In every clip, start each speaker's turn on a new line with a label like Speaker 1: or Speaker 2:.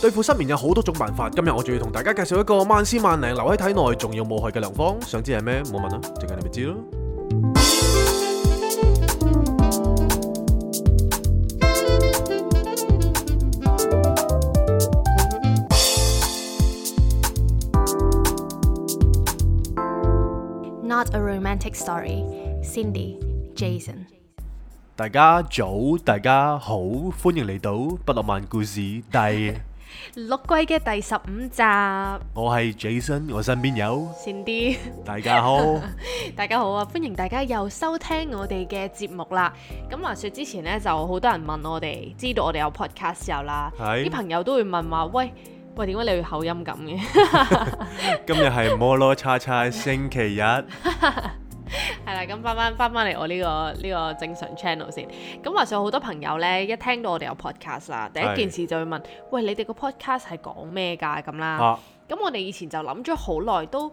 Speaker 1: 對付失眠有好多種辦法，今日我仲要同大家介紹一個萬絲萬靈留喺體內仲要冇害嘅良方。想知係咩？冇問啦，陣間你咪知咯。
Speaker 2: Not a romantic story. Cindy, Jason。
Speaker 1: 大家早，大家好，歡迎嚟到不浪漫故事 第，
Speaker 2: 六季嘅第十五集
Speaker 1: 我係 Jason，我身邊有
Speaker 2: ，Cindy，
Speaker 1: 大家好。
Speaker 2: 大家好啊！歡迎大家又收聽我哋嘅節目啦。咁話說之前呢，就好多人問我哋，知道我哋有 podcast 時候啦，
Speaker 1: 係
Speaker 2: 啲朋友都會問話，喂喂，點解你口音咁嘅？
Speaker 1: 今日係摩羅叉叉星期日，
Speaker 2: 係啦，咁翻翻翻翻嚟我呢、個呢、個正常 channel 先。咁話上好多朋友咧，一聽到我哋有 podcast 啦，第一
Speaker 1: 係
Speaker 2: 件事就會問：喂，你哋個 podcast 係講咩㗎？咁啦。
Speaker 1: 啊，
Speaker 2: 咁、我哋以前就諗咗好耐，都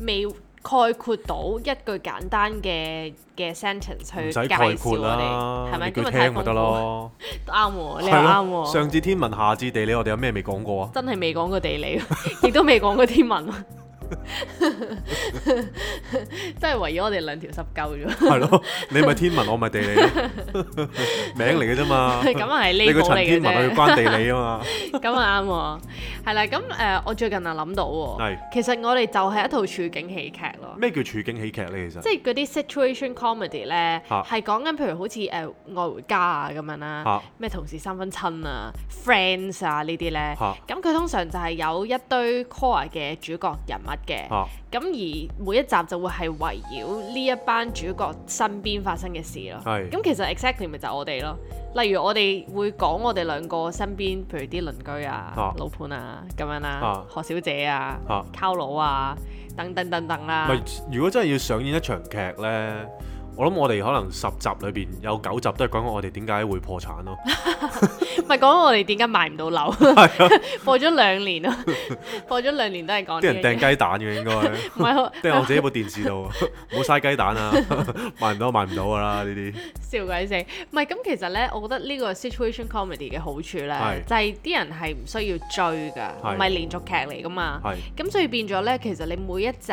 Speaker 2: 未概括到一句簡單嘅嘅 sentence
Speaker 1: 唔
Speaker 2: 去
Speaker 1: 使
Speaker 2: 介
Speaker 1: 概
Speaker 2: 紹
Speaker 1: 括
Speaker 2: 我
Speaker 1: 啦，
Speaker 2: 哋，係
Speaker 1: 你
Speaker 2: 咪？因
Speaker 1: 叫
Speaker 2: 為
Speaker 1: 聽
Speaker 2: 太豐
Speaker 1: 咪
Speaker 2: 富
Speaker 1: 得。咯。
Speaker 2: 啱喎，你又
Speaker 1: 係咯
Speaker 2: 啱喎。
Speaker 1: 上至天文，下至地理，我哋有咩未講 過啊？
Speaker 2: 真係未講過地理， 亦都未講過天文， 真係圍繞我哋兩條濕 鳩咗。
Speaker 1: 係咯，你咪天文，我咪地 理 咯，名嚟嘅啫嘛。
Speaker 2: 咁啊 係
Speaker 1: 你
Speaker 2: 呢
Speaker 1: 個
Speaker 2: 個嚟
Speaker 1: 陳
Speaker 2: 嘅
Speaker 1: 天文，我要
Speaker 2: 啫。
Speaker 1: 關地理啊嘛。
Speaker 2: 咁啊啱喎，係啦，咁誒、呃我最近啊諗到喎
Speaker 1: 係，
Speaker 2: 其實我哋就係一套處境喜劇咯，
Speaker 1: 咩叫處境喜劇咧？其實
Speaker 2: 即係嗰啲 situation comedy 咧，
Speaker 1: 嚇
Speaker 2: 係講緊譬如好似誒、呃愛回家啊咁樣啦
Speaker 1: 嚇，
Speaker 2: 咩同事三分親啊、friends 啊呢啲咧，
Speaker 1: 嚇
Speaker 2: 咁佢通常就係有一堆 core 嘅主角人物嘅，
Speaker 1: 嚇
Speaker 2: 咁、而每一集就會係圍繞呢一班主角身邊發生嘅事咯，
Speaker 1: 係
Speaker 2: 咁其實 exactly 咪就係我哋咯。例如我哋會講我哋兩個身邊，譬如啲鄰居啊、
Speaker 1: 啊
Speaker 2: 老伴啊咁樣啦、
Speaker 1: 啊
Speaker 2: 何小姐啊、
Speaker 1: 啊
Speaker 2: 靠佬啊等等等等啦、
Speaker 1: 咪如果真係要上演一場劇咧，我諗我哋可能十集裏邊有九集都係講我哋點解會破產 咯。
Speaker 2: 咪講我哋點解買唔到樓，播咗兩 年咯，播咗兩年都係講
Speaker 1: 啊啲人
Speaker 2: 呢樣嘢
Speaker 1: 掟雞蛋嘅應 該。
Speaker 2: 唔係好
Speaker 1: 掟我自己部電視度，冇嘥雞蛋啊！ 賣唔到賣唔到噶啦呢啲，
Speaker 2: 笑鬼死，唔係咁其實咧，我覺得呢個 situation comedy 嘅好處咧
Speaker 1: 係，
Speaker 2: 就係啲人係唔需要追㗎，
Speaker 1: 係
Speaker 2: 唔係連續劇嚟㗎嘛。
Speaker 1: 係
Speaker 2: 咁所以變咗咧，其實你每一集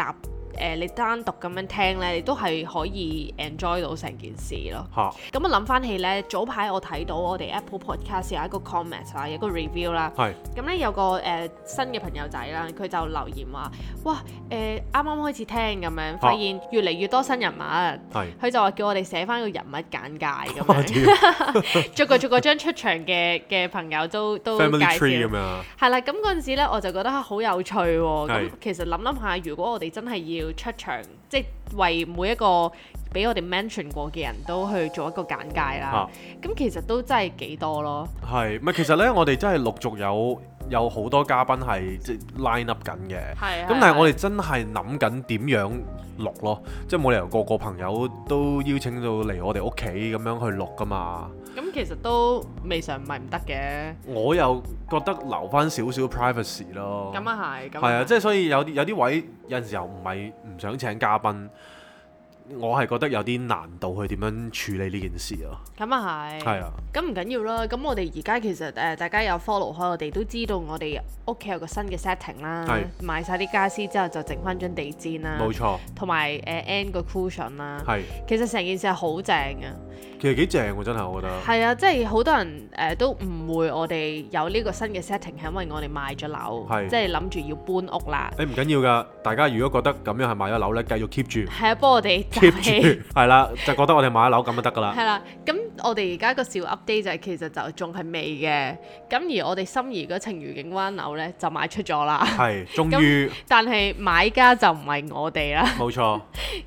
Speaker 2: 誒、呃你單獨咁樣聽咧，你都係可以 enjoy 到成件事咯。
Speaker 1: 嚇
Speaker 2: 咁我諗翻起咧，早排我睇到我哋 Apple Podcast 有一個 comment 啊啦，有一個 review 啦。
Speaker 1: 係
Speaker 2: 咁咧有個誒、呃新嘅朋友仔啦，佢就留言話：哇誒啱啱開始聽咁樣，發現越嚟越多新人物。
Speaker 1: 係。
Speaker 2: 佢就話叫我哋寫翻個人物簡介咁
Speaker 1: 哇
Speaker 2: 樣，
Speaker 1: 屌
Speaker 2: 逐個逐個將出場嘅嘅朋友都 都介
Speaker 1: Family Tree 咁
Speaker 2: 紹。
Speaker 1: 樣啊，
Speaker 2: 係啦，咁嗰陣時咧，我就覺得啊好有趣喎、咁
Speaker 1: 係
Speaker 2: 其實諗諗下，如果我哋真係要出場，即係為每一個俾我哋 mention 過嘅人都去做一個簡介啦
Speaker 1: 啊。
Speaker 2: 咁、其實都真係幾多咯。
Speaker 1: 係咪？其實咧，我哋真係陸續有有好多嘉賓係即係 line up 緊嘅。
Speaker 2: 係。
Speaker 1: 咁但係我哋真係諗緊點樣錄咯，即係冇理由個個朋友都邀請到嚟我哋屋企咁樣去錄噶嘛。
Speaker 2: 咁其實都未嘗唔係唔得嘅。
Speaker 1: 我又覺得留翻少少 privacy 咯。
Speaker 2: 咁啊係，咁
Speaker 1: 係啊，即
Speaker 2: 係
Speaker 1: 係所以有啲有啲位有陣時候唔係唔想請嘉賓，我係覺得有啲難度去點樣處理呢件事咯。
Speaker 2: 咁啊係。
Speaker 1: 係啊，
Speaker 2: 咁唔緊要啦，咁我哋而家其實誒、呃大家有 follow 開，我哋都知道我哋屋企有個新嘅 setting 啦，
Speaker 1: 係
Speaker 2: 買晒啲家私之後就整翻張地氈啦，
Speaker 1: 冇錯，
Speaker 2: 同埋誒 end 個 cushion 啦。
Speaker 1: 係
Speaker 2: 其實成件事係好正嘅，
Speaker 1: 其實幾正喎，真係我覺得。
Speaker 2: 係啊，即係好多人誒、呃都誤會我哋有呢個新嘅 setting 係因為我哋賣咗樓，
Speaker 1: 係
Speaker 2: 即係諗住要搬屋啦。
Speaker 1: 誒唔緊要㗎，大家如果覺得咁樣係買咗樓咧，繼續 keep 住
Speaker 2: 係啊，幫我哋
Speaker 1: keep
Speaker 2: 集氣。
Speaker 1: 住，係啦，就覺得我哋買咗樓咁就得㗎啦。
Speaker 2: 係啦，咁我哋而家個小 update 就係其實就仲係未嘅，咁而我哋心儀嗰程愉景灣樓呢，就賣出咗啦。
Speaker 1: 係，終於
Speaker 2: 但係買家就唔係我哋啦，
Speaker 1: 冇錯。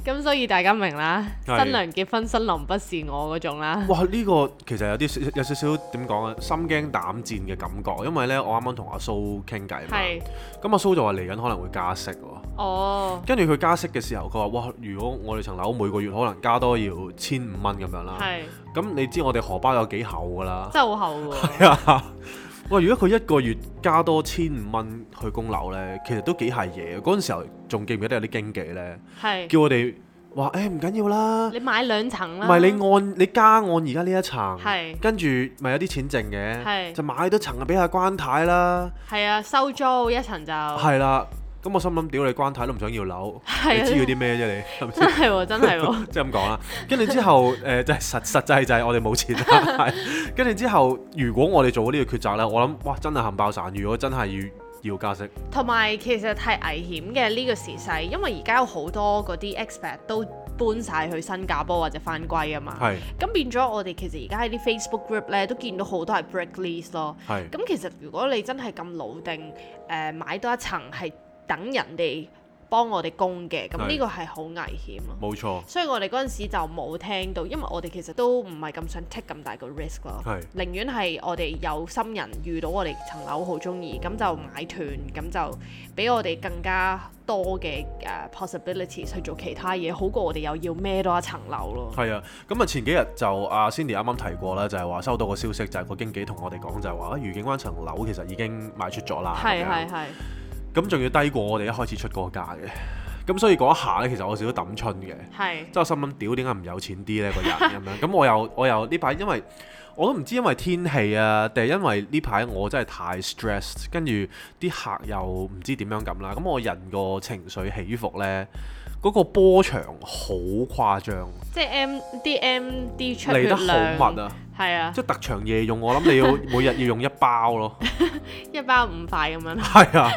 Speaker 2: 咁所以大家明啦，
Speaker 1: 係
Speaker 2: 新娘結婚新郎不是我嗰種啦，
Speaker 1: 哇！呢、個其實有啲有少少點講啊，心驚膽戰嘅感覺，因為咧我啱啱同阿蘇傾偈嘛，
Speaker 2: 係，
Speaker 1: 咁阿蘇就話嚟緊可能會加息喎。
Speaker 2: 哦，
Speaker 1: 跟住佢加息嘅時候，佢話：哇！如果我哋層樓每個月可能加多要千五蚊咁樣啦，
Speaker 2: 係，
Speaker 1: 咁你知我哋荷包有幾厚㗎 啦？
Speaker 2: 真係好厚 喎，
Speaker 1: 哇！如果佢一個月加多千五蚊去供樓呢，其實都幾係嘢。嗰陣時候仲記唔記得有啲經紀呢，
Speaker 2: 係，
Speaker 1: 叫我哋話誒唔緊要啦，
Speaker 3: 你買兩層
Speaker 1: 唔
Speaker 3: 啦。
Speaker 1: 係你按你加按而家呢一層，
Speaker 3: 係
Speaker 1: 跟住咪有啲錢剩
Speaker 3: 係
Speaker 1: 嘅，就買多層啊俾下關太啦，
Speaker 3: 係啊，收租一層就 係
Speaker 1: 係啦。咁我心諗屌你關太都唔想要樓，
Speaker 3: 啊
Speaker 1: 你知要啲咩啫你？係咪先
Speaker 3: 真係喎，真 係喎，
Speaker 1: 即係咁講啦，跟住之 後誒，呃就係實實際就係我哋冇錢啦。係跟住之後，如果我哋做咗呢個抉擇咧，我諗哇，真係冚爆散。如果真係要要加息，
Speaker 3: 同埋其實係危險嘅呢個時勢，因為而家有好多嗰啲 expat 都搬晒去新加坡或者翻歸啊嘛。
Speaker 1: 係
Speaker 3: 咁變咗我哋其實而家喺啲 Facebook group 咧都見到好多係 break lease 咯。
Speaker 1: 係
Speaker 3: 咁其實如果你真係咁老定，誒、買多一層係等人哋幫我哋供嘅，咁
Speaker 1: 係
Speaker 3: 呢個係好危險啊！
Speaker 1: 冇錯，
Speaker 3: 所以我哋嗰陣時就冇聽到，因為我哋其實都唔係咁想 take 咁大個 risk 咯，
Speaker 1: 係
Speaker 3: 寧願係我哋有心人遇到我哋層樓好中意，咁就買斷，咁就俾我哋更加多嘅誒、possibilities 去做其他嘢，好過我哋又要孭多一層樓咯。
Speaker 1: 係啊。咁啊，前幾日就阿 Cindy 啊啱啱提過啦，就係話收到個消息，就係個經紀同我哋講就係話，啊愉景灣層樓其實已經賣出咗啦。
Speaker 3: 係
Speaker 1: 咁樣
Speaker 3: 係係，
Speaker 1: 咁仲要低過我哋一開始出嗰個價嘅。咁所以嗰一下咧，其實我有少少抌春嘅。
Speaker 3: 係
Speaker 1: 即係我心諗，屌點解唔有錢啲呢個人咁 樣？咁我又我又呢排因為我都唔知因為天氣啊，定係因為呢排我真係太 stressed，跟住啲客又唔知點樣咁啦。咁我人個情緒起伏呢，嗰、個波長好誇張，
Speaker 3: 即係 M D M D 出
Speaker 1: 嚟
Speaker 3: 血
Speaker 1: 得
Speaker 3: 量
Speaker 1: 好密啊！
Speaker 3: 係啊，
Speaker 1: 即係特長夜用，我諗你 要每日要用一包咯。
Speaker 3: 一包五塊咁樣啦。
Speaker 1: 係啊，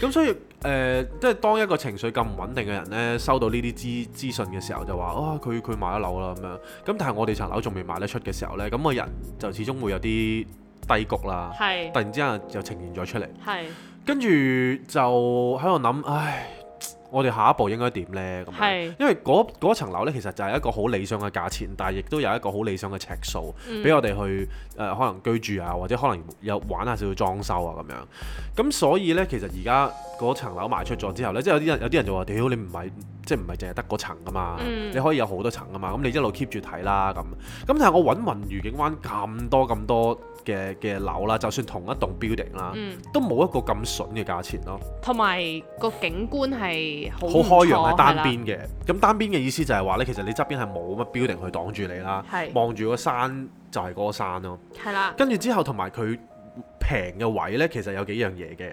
Speaker 1: 咁所以誒、呃即係當一個情緒咁唔穩定嘅人呢，收到呢啲資資訊嘅時候，就話啊，佢佢買咗樓啦咁樣。咁但係我哋層樓仲未賣得出嘅時候呢，咁個人就始終會有啲低谷啦。
Speaker 3: 係
Speaker 1: 突然之間又呈現咗出嚟，
Speaker 3: 係
Speaker 1: 跟住就喺度諗，唉，我哋下一步應該點呢？咁樣，
Speaker 3: 係
Speaker 1: 因為嗰嗰層樓呢，其實就係一個好理想嘅價錢，但係亦都有一個好理想嘅尺數。
Speaker 3: 嗯
Speaker 1: 俾我哋去誒、呃可能居住啊，或者可能有玩下少少裝修啊咁樣。咁所以呢，其實而家嗰層樓賣出咗之後呢，即係有啲人有啲人就話：屌你唔係即係唔係淨係得嗰層噶嘛？
Speaker 3: 嗯
Speaker 1: 你可以有好多層噶嘛。咁你一路 keep 住睇啦咁。咁但係我揾雲愉景灣咁多咁多嘅嘅樓啦，就算同一棟 building 啦，
Speaker 3: 嗯，
Speaker 1: 都冇一個咁筍嘅價錢咯。
Speaker 3: 同埋個景觀係好
Speaker 1: 好開揚
Speaker 3: 唔錯
Speaker 1: 係單，
Speaker 3: 啦
Speaker 1: 邊嘅。咁單邊嘅意思就係話呢，其實你側邊係冇乜 building 去擋住你啦，
Speaker 3: 係
Speaker 1: 望住個山就係嗰個山咯。
Speaker 3: 係啦，
Speaker 1: 跟住之後同埋佢平嘅位呢，其實有幾樣嘢嘅。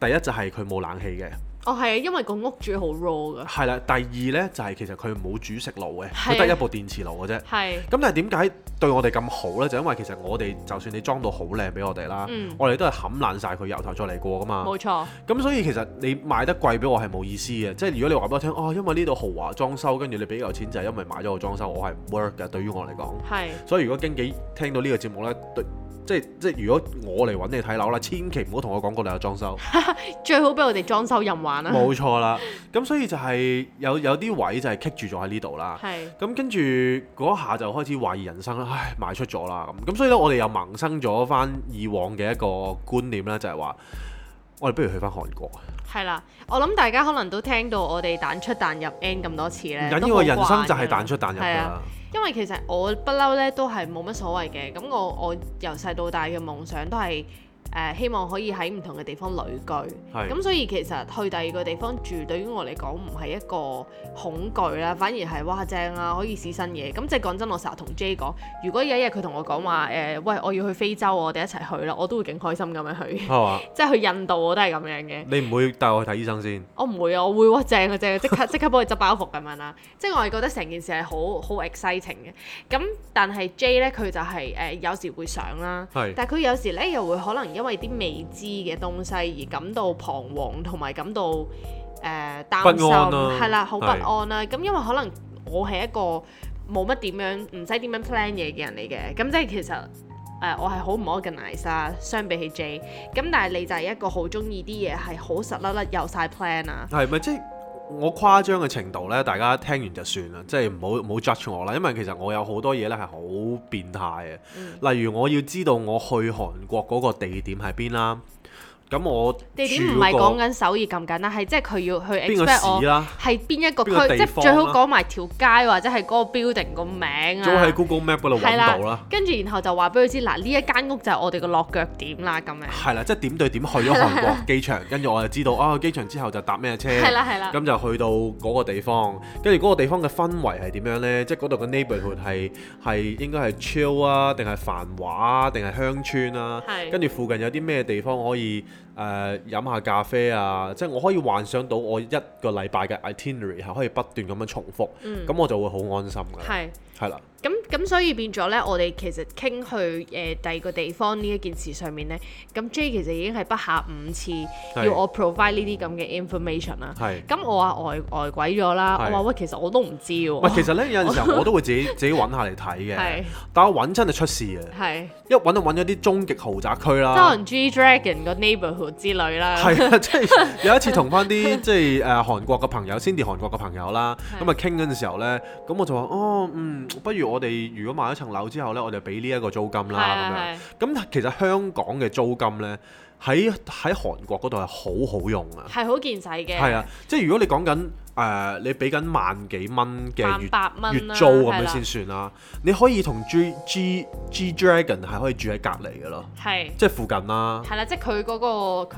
Speaker 1: 第一就係佢冇冷氣嘅，
Speaker 3: 哦係啊，因為個屋主好 raw 噶，
Speaker 1: 係啦。第二呢，就係、其實佢冇煮食爐嘅，
Speaker 3: 係
Speaker 1: 佢得一部電磁爐嘅啫。
Speaker 3: 係
Speaker 1: 咁但係點解對我哋咁好呢？就因為其實我哋就算你裝到好靚俾我哋啦，
Speaker 3: 嗯
Speaker 1: 我哋都係冚爛晒佢由頭再嚟過噶嘛。
Speaker 3: 冇錯，
Speaker 1: 咁所以其實你賣得貴俾我係冇意思嘅。即係如果你話俾我聽，哦，因為呢度豪華裝修，跟住你俾嚿錢就係因為買咗個裝修，我係唔 work 嘅。對於我嚟講。
Speaker 3: 係
Speaker 1: 所以如果經紀聽到呢個節目呢，對即係即係如果我嚟揾你睇樓啦，千祈唔好同我講過你有裝修，
Speaker 3: 最好俾我哋裝修任玩啦，啊
Speaker 1: 冇錯啦。咁所以就係有有啲位就係棘住咗喺呢度啦。
Speaker 3: 係
Speaker 1: 咁跟住嗰下就開始懷疑人生啦，唉，賣出咗啦咁。咁所以呢，我哋又萌生咗翻以往嘅一個觀念啦，就係話我哋不如去翻韓國啊。
Speaker 3: 係啦。我諗大家可能都聽到我哋彈出彈入 N 咁多次
Speaker 1: 唔
Speaker 3: 咧，
Speaker 1: 緊
Speaker 3: 都
Speaker 1: 要
Speaker 3: 好
Speaker 1: 啊，人生
Speaker 3: 慣
Speaker 1: 就係
Speaker 3: 㗎啦
Speaker 1: 彈出彈入
Speaker 3: 係
Speaker 1: 㗎
Speaker 3: 啊
Speaker 1: 啦。
Speaker 3: 因為其實我不嬲咧都係冇乜所謂嘅，咁我我由細到大嘅夢想都係誒、呃希望可以喺唔同嘅地方旅居，
Speaker 1: 係
Speaker 3: 咁所以其實去第二個地方住對於我嚟講唔係一個恐懼啦，反而係哇正啊，可以試新嘢。咁即係講真，我成日同 J 講，如果有一日佢同我講話誒，喂我要去非洲，我哋一齊去啦，我都會勁開心咁樣去，
Speaker 1: 係嘛？
Speaker 3: 即係去印度我都係咁樣嘅。
Speaker 1: 你唔會帶我去睇醫生先？
Speaker 3: 我唔會啊，我會哇正啊正啊，即刻即刻幫佢執包袱咁樣啦。即係我係覺得成件事係好好 exciting 嘅。咁但係 J 咧佢就係、誒、有時會想啦，
Speaker 1: 係
Speaker 3: 但係佢有時咧又會可能因為啲未知嘅東西而感到彷徨同埋感到誒、呃、擔心，
Speaker 1: 不安啦
Speaker 3: 係啦，好不
Speaker 1: 係
Speaker 3: 安啦。咁因為可能我係一個冇乜點樣唔使點樣 plan 嘢嘅人嚟嘅，咁即係其實。誒、我係好唔 organize 啦，相比起 J，咁但係你就係一個好中意啲嘢係好實粒粒有晒 plan 啊，
Speaker 1: 係咪即係我誇張嘅程度呢？大家聽完就算啦，即係唔好唔好 judge 我啦，因為其實我有好多嘢呢係好
Speaker 3: 嗯
Speaker 1: 變態嘅，例如我要知道我去韓國嗰個地點係邊啦。咁我
Speaker 3: 地點
Speaker 1: 住
Speaker 3: 唔係
Speaker 1: 嗰個
Speaker 3: 講緊哦首爾咁簡單，係即係佢要去
Speaker 1: 邊個啊
Speaker 3: expect 我
Speaker 1: 市啦，
Speaker 3: 係邊一個
Speaker 1: 邊個
Speaker 3: 區，
Speaker 1: 地
Speaker 3: 即
Speaker 1: 方
Speaker 3: 係
Speaker 1: 啦
Speaker 3: 最好講埋條街或者係嗰個 building 個名
Speaker 1: 早喺
Speaker 3: 啊。
Speaker 1: Google Map 嗰度揾到啦，
Speaker 3: 跟住然後就話俾佢知，嗱呢一間屋就係我哋嘅落腳點啦，咁樣。
Speaker 1: 係啦，即係點對點去 咗韓國機場，跟住我就知道啊機場之後就搭咩車，
Speaker 3: 係啦係啦，
Speaker 1: 咁就去到嗰個地方，跟住嗰個地方嘅氛圍係點樣呢？即係嗰度嘅 neighborhood 係係應該係 chill 啊，定係繁華啊，定係鄉村啊？
Speaker 3: 係
Speaker 1: 跟住附近有啲咩地方可以誒、呃、飲下咖啡啊？即係我可以幻想到我一個禮拜嘅 itinerary 係可以不斷咁樣重複，咁、
Speaker 3: 嗯
Speaker 1: 我就會好安心㗎啦。
Speaker 3: 係。
Speaker 1: 係啦，
Speaker 3: 咁咁所以變咗咧，我哋其實傾去誒、呃第二個地方呢一件事上面咧，咁 J 其實已經係不下五次
Speaker 1: 係
Speaker 3: 要我 provide 呢啲咁嘅 information 啦。
Speaker 1: 係。
Speaker 3: 咁我話呆呆鬼咗啦，
Speaker 1: 係
Speaker 3: 我話喂，其實我都唔知
Speaker 1: 喂，
Speaker 3: 喎。
Speaker 1: 其實呢，有陣時候我都會自己自己揾下嚟睇嘅
Speaker 3: 係，
Speaker 1: 但我揾真係出事啊嘅，
Speaker 3: 係，
Speaker 1: 一揾就揾咗啲終極豪宅區
Speaker 3: 即係
Speaker 1: 啦
Speaker 3: 可。能 G Dragon 個 neighborhood 之類啦。
Speaker 1: 啊係 啊，即係有一次同翻啲即係誒韓國嘅朋友，先至韓國嘅朋友啦，
Speaker 3: 係
Speaker 1: 咁啊傾嗰陣時候咧，咁我就話哦，嗯，不如我哋如果買咗層樓之後咧，我哋俾呢一個租金
Speaker 3: 係
Speaker 1: 啦
Speaker 3: 啊
Speaker 1: 咁樣。咁其實香港嘅租金咧，喺喺韓國嗰度係好好用啊
Speaker 3: 係，。係好見使嘅。
Speaker 1: 係啊，即係如果你講緊誒，你俾緊萬幾蚊嘅月
Speaker 3: 萬八蚊
Speaker 1: 月
Speaker 3: 啦
Speaker 1: 租咁
Speaker 3: 係
Speaker 1: 樣
Speaker 3: 啦
Speaker 1: 先算啦，你可以同 G G G Dragon 係可以住喺隔離嘅咯，
Speaker 3: 係
Speaker 1: 即係附近啦，
Speaker 3: 係啦，即係佢嗰個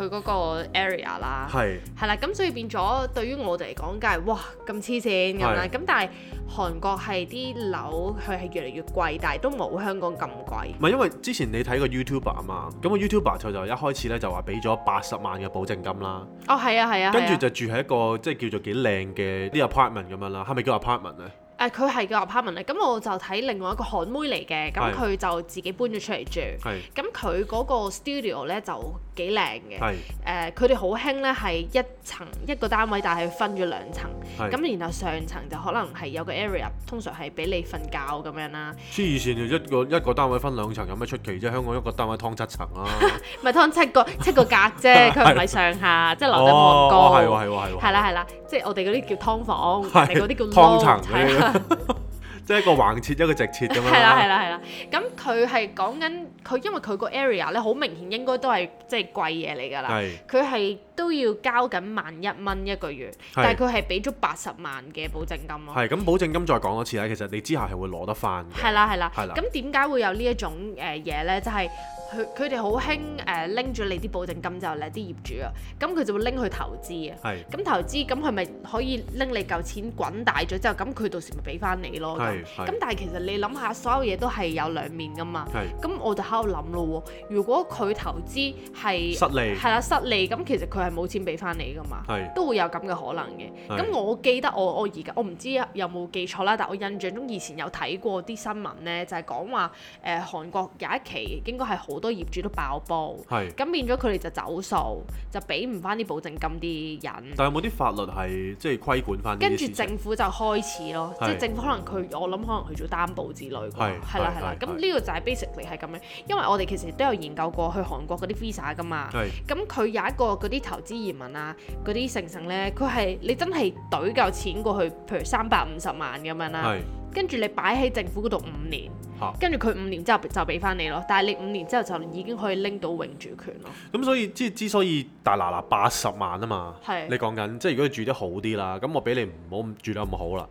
Speaker 3: 佢嗰個 area 啦。
Speaker 1: 係
Speaker 3: 係啦，咁所以變咗對於我哋嚟講，梗係哇咁黐線咁啦。
Speaker 1: 係
Speaker 3: 咁但係韓國係啲樓佢係越嚟越貴，但係都冇香港咁貴。
Speaker 1: 唔係因為之前你睇個 YouTuber 啊嘛，咁個 YouTuber 佢就一開始咧就話俾咗八十萬嘅保證金啦，
Speaker 3: 哦，係啊，係啊，
Speaker 1: 跟住
Speaker 3: 係啊
Speaker 1: 就住喺一個即係叫做幾靚嘅啲 apartment 咁樣啦，係咪叫 apartment 咧？
Speaker 3: 誒，佢係個 apartment 嚟。咁我就睇另外一個韓妹嚟嘅，
Speaker 1: 係
Speaker 3: 咁佢就自己搬咗出嚟住。
Speaker 1: 係
Speaker 3: 咁佢嗰個 studio 咧就幾靚嘅。
Speaker 1: 係
Speaker 3: 誒，呃佢哋好興咧係一層一個單位，但係分咗兩層。
Speaker 1: 係
Speaker 3: 咁然後上層就可能係有個 area，通常係俾你瞓覺咁樣啦。
Speaker 1: 黐線嘅一個一個單位分兩層有咩出奇啫？香港一個單位劏七層啊 啦，
Speaker 3: 咪劏七 個七個格啫，佢唔係上下，即係樓底冇咁
Speaker 1: 哦
Speaker 3: 高。
Speaker 1: 係喎係喎係喎，
Speaker 3: 係啦係啦，即係我哋嗰啲叫劏房，
Speaker 1: 係
Speaker 3: 人哋 嗰啲叫
Speaker 1: 劏
Speaker 3: loft，
Speaker 1: 層
Speaker 3: 係啦
Speaker 1: 嗰啲， 即係一個橫切一個直切咁樣
Speaker 3: 係啦
Speaker 1: 啦，
Speaker 3: 係啦係啦。咁佢係講緊佢，因為佢個 area 咧，好明顯應該都係即係貴嘢嚟㗎啦。
Speaker 1: 係
Speaker 3: 佢係都要交緊萬一蚊一個月，但係佢係俾咗八十萬嘅保證金咯。
Speaker 1: 係咁保證金再講多次啦，啊其實你之後係會攞得翻嘅，
Speaker 3: 係啦係啦，
Speaker 1: 係啦
Speaker 3: 咁點解會有呢一種誒嘢咧？就係佢佢哋好興誒拎咗你啲保證金之後咧，啲業主啊，咁佢就會拎去投資啊。
Speaker 1: 係
Speaker 3: 咁投資咁佢咪可以拎你嚿錢滾大咗之後，咁佢到時咪俾翻你咯。
Speaker 1: 係
Speaker 3: 咁
Speaker 1: 係
Speaker 3: 咁但係其實你諗下，所有嘢都係有兩面噶嘛。
Speaker 1: 係
Speaker 3: 咁我就喺度諗咯喎，如果佢投資係
Speaker 1: 失利
Speaker 3: 係啦失利，咁其實佢係冇錢俾翻你噶嘛，
Speaker 1: 係
Speaker 3: 都會有咁嘅可能嘅。
Speaker 1: 係
Speaker 3: 咁我記得我我而家我唔知有冇記錯啦，但我印象中以前有睇過啲新聞呢，就係講話誒韓國有一期應該係好多業主都爆煲。
Speaker 1: 係。
Speaker 3: 咁變咗佢哋就走數，就俾唔翻啲保證金啲人，
Speaker 1: 但有冇啲法律係即係規管翻呢
Speaker 3: 跟
Speaker 1: 啲
Speaker 3: 住
Speaker 1: 事情？
Speaker 3: 政府就開始咯，即
Speaker 1: 係
Speaker 3: 係政府可能佢我諗可能去做擔保之類㗎，
Speaker 1: 係
Speaker 3: 係啦
Speaker 1: 係
Speaker 3: 係啦
Speaker 1: 係。
Speaker 3: 咁
Speaker 1: 係
Speaker 3: 呢個就係 basically 係咁樣，因為我哋其實都有研究過去韓國嗰啲 visa 㗎嘛。
Speaker 1: 係
Speaker 3: 咁佢有一個嗰啲投資移民啊，嗰啲成成咧，佢係你真係懟夠錢過去，譬如三百五十萬咁樣啦，
Speaker 1: 係
Speaker 3: 跟住你擺喺政府嗰度五年
Speaker 1: 嚇，
Speaker 3: 跟住佢五年之後就俾翻你咯，但係你五年之後就已經可以拎到永住權咯，
Speaker 1: 咁，所以之之所以大嗱嗱八十萬啊嘛，
Speaker 3: 係
Speaker 1: 你講緊即係如果你住得好啲啦，咁我俾你唔好咁住得咁好啦，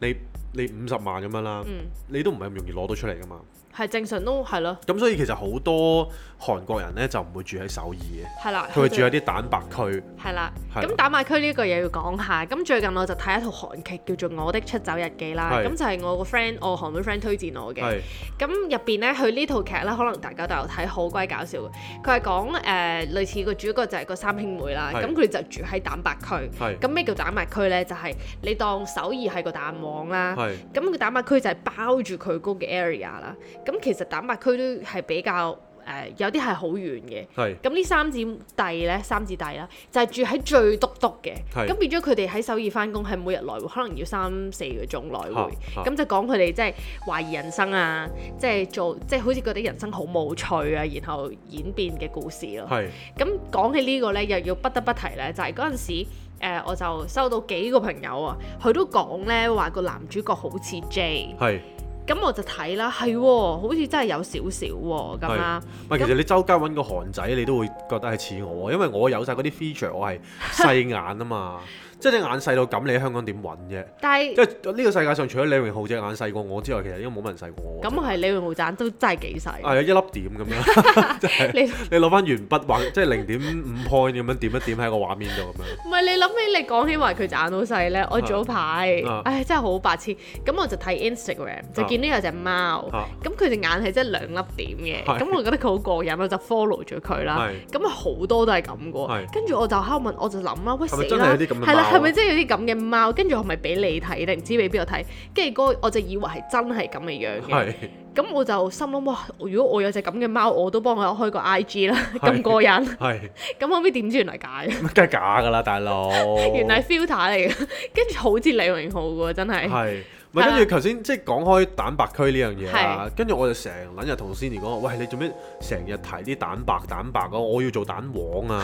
Speaker 1: 你你五十萬咁樣啦，
Speaker 3: 嗯。
Speaker 1: 你都唔係咁容易攞到出嚟噶嘛。
Speaker 3: 係正常都係咯，
Speaker 1: 咁所以其實好多韓國人呢就唔會住喺首爾 嘅，
Speaker 3: 係啦，
Speaker 1: 佢會住喺啲蛋白區。
Speaker 3: 係啦。
Speaker 1: 係啦
Speaker 3: 咁打馬區呢個嘢要講下。咁最近我就睇一套韓劇叫做《我的出走日記》啦。
Speaker 1: 係
Speaker 3: 咁就係我個 friend，我韓妹 friend 推薦我嘅。
Speaker 1: 係
Speaker 3: 咁入邊咧，佢呢套劇咧，可能大家都有睇，好鬼搞笑嘅。佢係講誒類似個主角就係個三兄妹啦。
Speaker 1: 係
Speaker 3: 咁佢哋就住喺蛋白區。
Speaker 1: 係
Speaker 3: 咁咩叫蛋白區咧？就係、你當首爾係個蛋黃啦。
Speaker 1: 係
Speaker 3: 咁個蛋白區就係包住佢嗰個 area 啦。咁其實蛋白區都係比較誒、呃有啲係好遠嘅。
Speaker 1: 係
Speaker 3: 咁呢三姊弟咧，三姊弟啦，就係、住喺最篤篤嘅，
Speaker 1: 係
Speaker 3: 咁變咗佢哋喺首爾翻工係每日來回，可能要三四個鐘來回，
Speaker 1: 嚇
Speaker 3: 咁就講佢哋即係懷疑人生啊，即係做即係好似覺得人生好無趣啊，然後演變嘅故事咯。
Speaker 1: 係
Speaker 3: 咁講起呢個呢，又要不得不提呢，就係嗰陣時，誒我就收到幾個朋友啊，佢都講呢話個男主角好似 J。
Speaker 1: 係
Speaker 3: 咁咁我就睇啦，係喎，好似真係有少少喎咁啊啦。
Speaker 1: 唔係，其實你周街揾個韓仔，你都會覺得係似我，因為我有晒嗰啲 feature，我係細眼啊 嘛，即係你眼細到咁，你喺香港點揾啫？
Speaker 3: 但
Speaker 1: 即
Speaker 3: 係
Speaker 1: 係呢個世界上，除咗李榮浩隻眼細過我之外，其實應該冇乜人細過我。
Speaker 3: 咁係李榮浩盞都真係幾細。
Speaker 1: 係啊，一粒點咁樣，
Speaker 3: 你
Speaker 1: 你攞翻鉛筆畫，即係零點五 point 咁樣點一點喺個畫面度咁樣。
Speaker 3: 唔係你諗起你講起話佢隻眼好細咧，我早排
Speaker 1: 啊
Speaker 3: 唉真係好白痴，咁我就睇 Instagram 就見到有隻貓
Speaker 1: 啊，
Speaker 3: 咁佢隻眼係真係兩粒點嘅，
Speaker 1: 係
Speaker 3: 咁我覺得佢好過癮，我就 follow 咗佢啦
Speaker 1: 係。
Speaker 3: 咁啊好多都係咁嘅
Speaker 1: 係，
Speaker 3: 跟住我就喺度問，我就諗啊啦，喂
Speaker 1: 係
Speaker 3: 死
Speaker 1: 咪真係
Speaker 3: 啦，
Speaker 1: 有啲咁嘅
Speaker 3: 係啦，
Speaker 1: 貓啊
Speaker 3: 係咪真係有啲咁嘅貓？跟住我咪俾你睇定唔知俾邊個睇？跟住嗰個我就以為係真係咁嘅樣嘅。
Speaker 1: 係
Speaker 3: 咁我就心諗哇，如果我有隻咁嘅貓，我都幫佢開個 IG 啦，
Speaker 1: 係
Speaker 3: 咁過癮。
Speaker 1: 係，
Speaker 3: 咁後尾點知原來假嘅，
Speaker 1: 梗係假㗎啦，大佬。
Speaker 3: 原來係 filter 嚟嘅，跟住好似李榮浩嘅喎，真係。
Speaker 1: 係。咪跟住頭先即係講開蛋白區呢樣嘢啦，跟住我就成撚日同 Cindy 講話，喂你做咩成日提啲蛋白蛋白啊？我要做蛋黃 啊！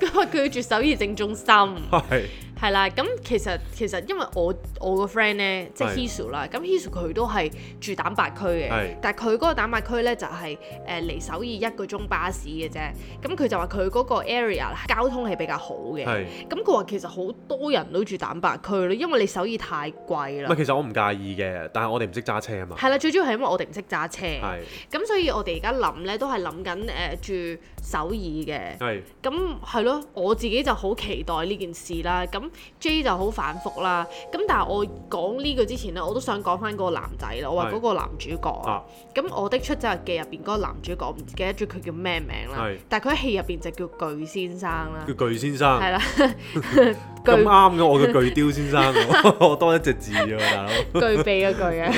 Speaker 3: 佢話佢要住首爾正中心，
Speaker 1: 係
Speaker 3: 係啦。咁其實其實因為我我個 friend 咧，即係
Speaker 1: 係
Speaker 3: Hisu 啦，咁 Hisu 佢都係住蛋白區嘅
Speaker 1: 係，
Speaker 3: 但係佢嗰個蛋白區咧就係誒離首爾一個鐘巴士嘅啫。咁佢就話佢嗰個 area 交通係比較好嘅。
Speaker 1: 係，
Speaker 3: 咁佢話其實好多人都住蛋白區咯，因為你首爾太
Speaker 1: 唔係。
Speaker 3: 貴啦
Speaker 1: 其實我唔介意嘅，但係我哋唔識揸車啊嘛，
Speaker 3: 係啦，最主要係因為我哋唔識揸車，
Speaker 1: 係
Speaker 3: 咁所以我哋而家諗咧都係諗緊誒住首爾嘅，
Speaker 1: 係
Speaker 3: 咁係咯，我自己就好期待呢件事啦。咁 J 就好反覆啦，咁但係我講呢個之前咧，我都想講翻嗰個男仔啦，我話
Speaker 1: 係
Speaker 3: 嗰個男主角啊
Speaker 1: 啊，
Speaker 3: 咁《我的出走日記》入邊嗰個男主角，我唔記得咗佢叫咩名啦
Speaker 1: 係，
Speaker 3: 但係佢喺戲入邊就叫巨先生啦，
Speaker 1: 叫巨先生。
Speaker 3: 係啦，
Speaker 1: 咁啊
Speaker 3: 巨
Speaker 1: 啱嘅，我叫巨雕先生喎， 我多一隻字喎，大佬。
Speaker 3: 巨臂嗰 句啊，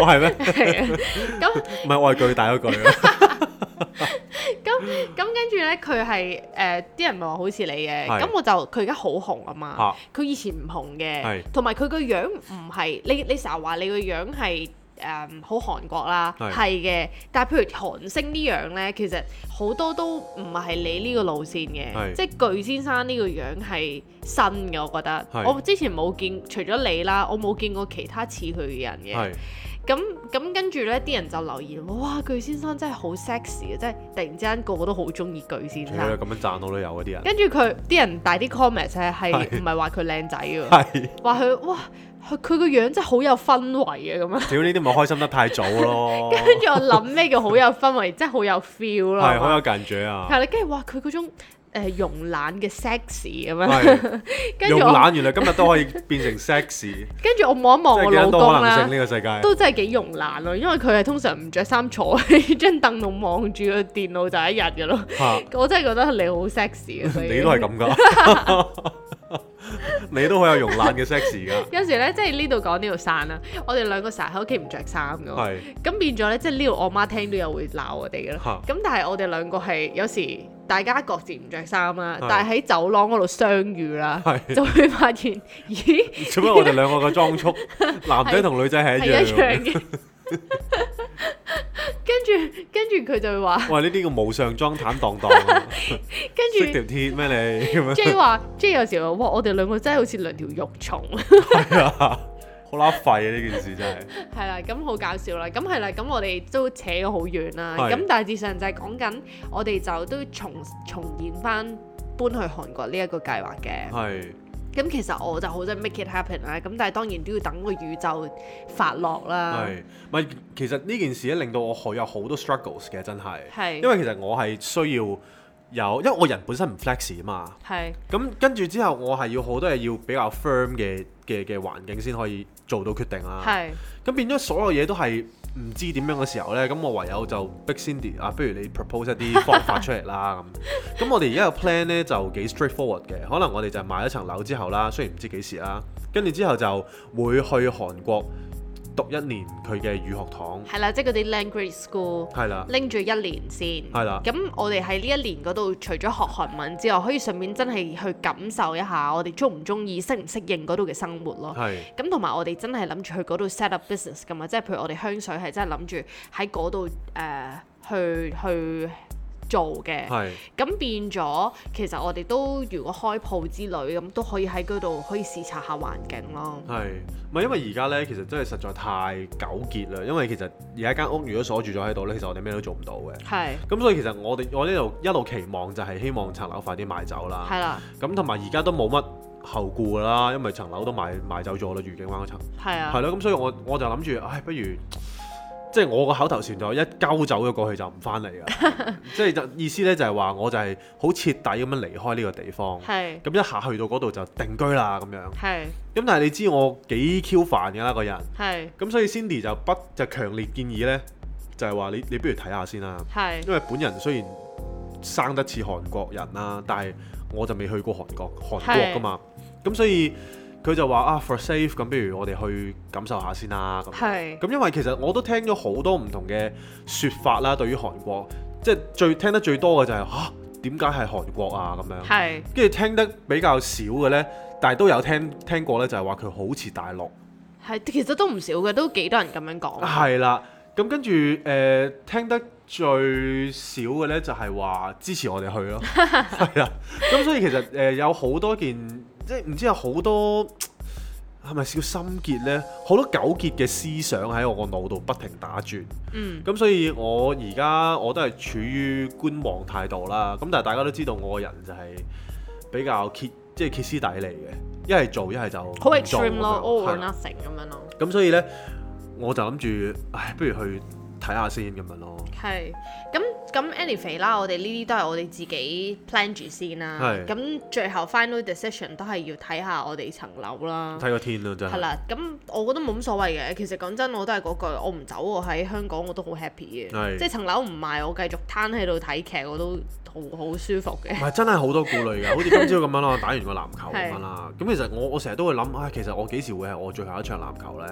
Speaker 1: 我係咩？
Speaker 3: 係啊，咁。
Speaker 1: 唔係我係巨大嗰 句啊。
Speaker 3: 咁跟住咧，佢係誒啲人咪話好似你嘅，
Speaker 1: 係
Speaker 3: 咁我就佢而家好紅啊嘛
Speaker 1: 啊，
Speaker 3: 佢以前唔紅嘅
Speaker 1: 係，
Speaker 3: 同埋佢個樣唔係你你成日話你個樣係誒好韓國啦，
Speaker 1: 係
Speaker 3: 係嘅，但係譬如韓星呢樣咧，其實好多都唔係你呢個路線嘅，
Speaker 1: 係
Speaker 3: 即係巨先生呢個樣係新嘅，我覺得。
Speaker 1: 係
Speaker 3: 我之前冇見，除咗你啦，我冇見過其他似佢嘅人嘅。
Speaker 1: 係
Speaker 3: 咁咁跟住咧，啲人就留言：哇，巨先生真係好 sexy 啊！真係突然之間個個都好中意巨先
Speaker 1: 除咗
Speaker 3: 生。
Speaker 1: 咁樣讚我都有嗰啲人。
Speaker 3: 跟住佢啲人大啲 comment 咧，係
Speaker 1: 係
Speaker 3: 唔係話佢靚仔㗎？
Speaker 1: 係，
Speaker 3: 話佢哇，佢佢個樣真係好有氛圍啊咁樣。
Speaker 1: 屌呢啲咪開心得太早咯，
Speaker 3: 跟住我諗咩叫好有氛圍，真係好有 feel 啦。
Speaker 1: 哦係好有近住啊。
Speaker 3: 係啦，跟住哇，佢嗰種誒慵懶嘅 sexy 咁樣。
Speaker 1: 係，
Speaker 3: 跟住
Speaker 1: 用
Speaker 3: 我
Speaker 1: 懶原來今日都可以變成 sexy，
Speaker 3: 跟住我望一望
Speaker 1: 真
Speaker 3: 我
Speaker 1: 係
Speaker 3: 老
Speaker 1: 幾多
Speaker 3: 公
Speaker 1: 可能
Speaker 3: 啦
Speaker 1: 性。呢個世界。
Speaker 3: 都真係幾慵懶咯，因為佢係通常唔着衫坐 喺張凳度望住個電腦就一日㗎咯。
Speaker 1: 嚇，
Speaker 3: 我真係覺得你好 sexy 啊！所 以
Speaker 1: 你都係。咁噶， 你都好有容懶嘅 sexy 噶。
Speaker 3: 有時咧，即係呢度講呢度散啦。我哋兩個成日喺屋企唔着衫噶，
Speaker 1: 係
Speaker 3: 咁變咗咧，即係呢度我媽聽到又會鬧我哋噶啦。
Speaker 1: 嚇
Speaker 3: 咁但係我哋兩個係有時大家各自唔着衫啦，
Speaker 1: 係
Speaker 3: 但係喺走廊嗰度相遇啦，
Speaker 1: 係
Speaker 3: 就會發現，咦，
Speaker 1: 做咩我哋兩個嘅裝 束，男仔同女仔係
Speaker 3: 係
Speaker 1: 一
Speaker 3: 一
Speaker 1: 樣
Speaker 3: 樣 嘅。跟住跟住佢就會話，
Speaker 1: 嘅。喂，呢啲叫無上裝坦蕩 蕩啊，識
Speaker 3: 跟住
Speaker 1: 條鐵咩 你咁樣？
Speaker 3: J 話 J 有時話，哇！我哋兩個真係好似兩條肉蟲。
Speaker 1: 係啊，好乸廢啊！呢件事真係。
Speaker 3: 係啦，咁好搞笑啦，咁係啦，咁我哋都扯咗好遠啦，
Speaker 1: 係
Speaker 3: 咁大致上就係講緊我哋就都重重現翻搬去韓國呢一個計劃嘅，
Speaker 1: 係
Speaker 3: 咁其實我就好想 make it happen 啦，咁但係當然都要等個宇宙發落啦，
Speaker 1: 係，咪其實呢件事咧令到我好有好多 struggles 嘅，真係。
Speaker 3: 係，
Speaker 1: 因為其實我係需要有，因為我人本身唔 flex 啊嘛。
Speaker 3: 係
Speaker 1: 咁跟住之後，我係要好多嘢要比較 firm 嘅嘅嘅環境先可以做到決定啦。
Speaker 3: 係
Speaker 1: 咁變咗所有嘢都係唔知點樣嘅時候呢，咁我唯有就逼 Cindy 啊，不如你 propose 一啲方法出嚟啦咁。咁我哋而家嘅 plan 呢就幾 straightforward 嘅，可能我哋就係買咗層樓之後啦，雖然唔知幾時啦，跟住之後就會去韓國讀一年佢嘅語學堂，
Speaker 3: 係啦，即係嗰啲 language school。
Speaker 1: 係啦，
Speaker 3: 拎住一年先，
Speaker 1: 係啦
Speaker 3: 咁我哋喺呢一年嗰度，除咗學韓文之外，可以順便真係去感受一下我哋中唔中意、適唔適應嗰度嘅生活咯。
Speaker 1: 係
Speaker 3: 咁同埋我哋真係諗住去嗰度 set up business 噶嘛，即係譬如我哋香水係真係諗住喺嗰度誒去去做嘅。
Speaker 1: 係
Speaker 3: 咁變咗，其實我哋都如果開鋪之類咁，都可以喺嗰度可以視察下環境咯。
Speaker 1: 係，唔係因為而家呢，其實真係實在太糾結啦。因為其實而家間屋如果鎖住咗喺度呢，其實我哋咩都做唔到嘅。
Speaker 3: 係
Speaker 1: 咁所以其實我哋我呢度一路期望就係希望層樓快啲賣走啦。
Speaker 3: 係啦，
Speaker 1: 咁同埋而家都冇乜後顧啦，因為層樓都賣賣走咗啦，愉景灣嗰層。
Speaker 3: 係啊
Speaker 1: 係，咯，咁所以我我就諗住，唉，不如即係我個口頭禪就一鳩走咗過去就唔翻嚟 啦。即係就意思咧就係話我就係好徹底咁樣離開呢個地方，
Speaker 3: 係
Speaker 1: 咁一下去到嗰度就定居啦咁樣。
Speaker 3: 係
Speaker 1: 咁但係你知我幾 Q 煩㗎啦個人，
Speaker 3: 係
Speaker 1: 咁所以 Cindy 就不就強烈建議咧，就係話你你不如睇下先啦。
Speaker 3: 係
Speaker 1: 因為本人雖然生得似韓國人啦，但係我就未去過韓國韓國噶嘛，咁所以佢就話啊，for safe，咁不如我哋去感受下先啦。咁
Speaker 3: 係
Speaker 1: 咁因為其實我都聽咗好多唔同嘅説法啦，對於韓國，即係最聽得最多嘅就係嚇點解係韓國啊咁樣，
Speaker 3: 係
Speaker 1: 跟住聽得比較少嘅呢，但係都有聽聽過呢，就係話佢好似大陸。
Speaker 3: 係，其實都唔少嘅，都幾多人咁樣講。
Speaker 1: 係啦，咁跟住誒、呃、聽得最少嘅呢，就係話支持我哋去 咯，係啦。咁所以其實誒、呃有好多件，即係唔知有好多係咪叫心結呢？好多糾結嘅思想喺我個腦度不停打轉。
Speaker 3: 嗯，
Speaker 1: 咁所以我而家我都係處於觀望態度啦。咁但係大家都知道我個人就係比較歇，即係歇斯底里嘅，一係做一係就
Speaker 3: 好
Speaker 1: 唔做
Speaker 3: extreme
Speaker 1: 咁
Speaker 3: 咯
Speaker 1: 樣
Speaker 3: ，all
Speaker 1: 係
Speaker 3: or
Speaker 1: 啦
Speaker 3: nothing 咁樣咯。
Speaker 1: 咁所以呢，我就諗住，唉，不如去睇下先咁樣咯。
Speaker 3: 係，咁咁 anyway 啦，我哋呢啲都係我哋自己 plan 住先啦。
Speaker 1: 係
Speaker 3: 咁最後 final decision 都係要睇下我哋層樓啦。
Speaker 1: 睇個天咯，真
Speaker 3: 嗯係
Speaker 1: 係。
Speaker 3: 啦，咁我覺得冇乜所謂嘅。其實講真，我都係嗰句，我唔走，我喺香港我都好 happy 嘅。
Speaker 1: 係
Speaker 3: 即係層樓唔賣，我繼續攤喺度睇劇，我都好 好舒服嘅
Speaker 1: 唔。係真係好多顧慮㗎，好似今朝咁樣咯，打完個籃球
Speaker 3: 係
Speaker 1: 咁樣啦。咁其實我我成日都會諗，啊，其實我幾時會係我最後一場籃球呢？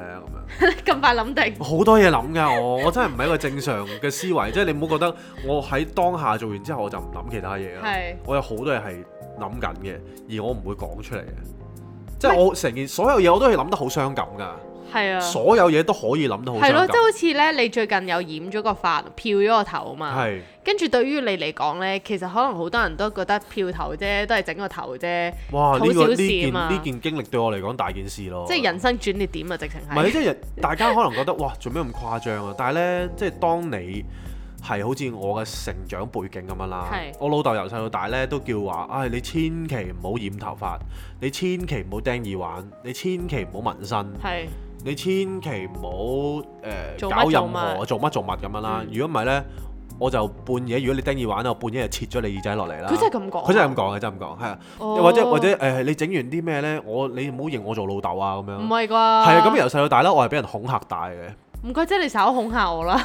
Speaker 1: 咁
Speaker 3: 咁快諗定，
Speaker 1: 樣好多嘢諗㗎，我我真係唔係一個正常嘅思維，即係你唔好覺得我喺當下做完之後我就唔諗其他嘢啦。
Speaker 3: 係
Speaker 1: 我有好多嘢係諗緊嘅，而我唔會講出嚟嘅。即係我成件所有嘢我都係諗得好傷感㗎，
Speaker 3: 係啊，
Speaker 1: 所有嘢都可以諗得好
Speaker 3: 係咯，
Speaker 1: 傷感
Speaker 3: 即係。好似咧，你最近又染咗個髮，漂咗個頭嘛。
Speaker 1: 係。
Speaker 3: 跟住對於你嚟講咧，其實可能好多人都覺得漂頭啫，都係整個頭啫，
Speaker 1: 哇！
Speaker 3: 好
Speaker 1: 呢、個
Speaker 3: 小
Speaker 1: 呢
Speaker 3: 事啊
Speaker 1: 件
Speaker 3: 嘛
Speaker 1: 呢件經歷對我嚟講大件事咯。
Speaker 3: 即係人生轉捩點啊，直情
Speaker 1: 唔係
Speaker 3: 係。
Speaker 1: 即係人大家可能覺得哇，做咩咁誇張啊？但係呢，即係當你係好似我嘅成長背景咁樣啦
Speaker 3: 係。
Speaker 1: 我老豆由細到大呢都叫話：，唉、你千祈唔好染頭髮，你千祈唔好釘耳環，你千祈唔好紋身，
Speaker 3: 係
Speaker 1: 你千祈唔好誒
Speaker 3: 做乜
Speaker 1: 搞任
Speaker 3: 做乜
Speaker 1: 何做乜做乜咁樣啦
Speaker 3: 嗯。
Speaker 1: 如果唔係呢，我就半夜，如果你釘耳環，我半夜就切咗你耳仔落嚟啦。
Speaker 3: 佢真係咁講啊，
Speaker 1: 佢真係咁講嘅，真係咁講，係啊。
Speaker 3: 哦，
Speaker 1: 又或者或者誒、你整完啲咩咧？我你唔好認我做老豆啊咁樣。
Speaker 3: 唔
Speaker 1: 係
Speaker 3: 係啩？係
Speaker 1: 啊，咁由細到大咧，我係俾人恐嚇大 嘅，
Speaker 3: 唔怪之你稍恐嚇我啦。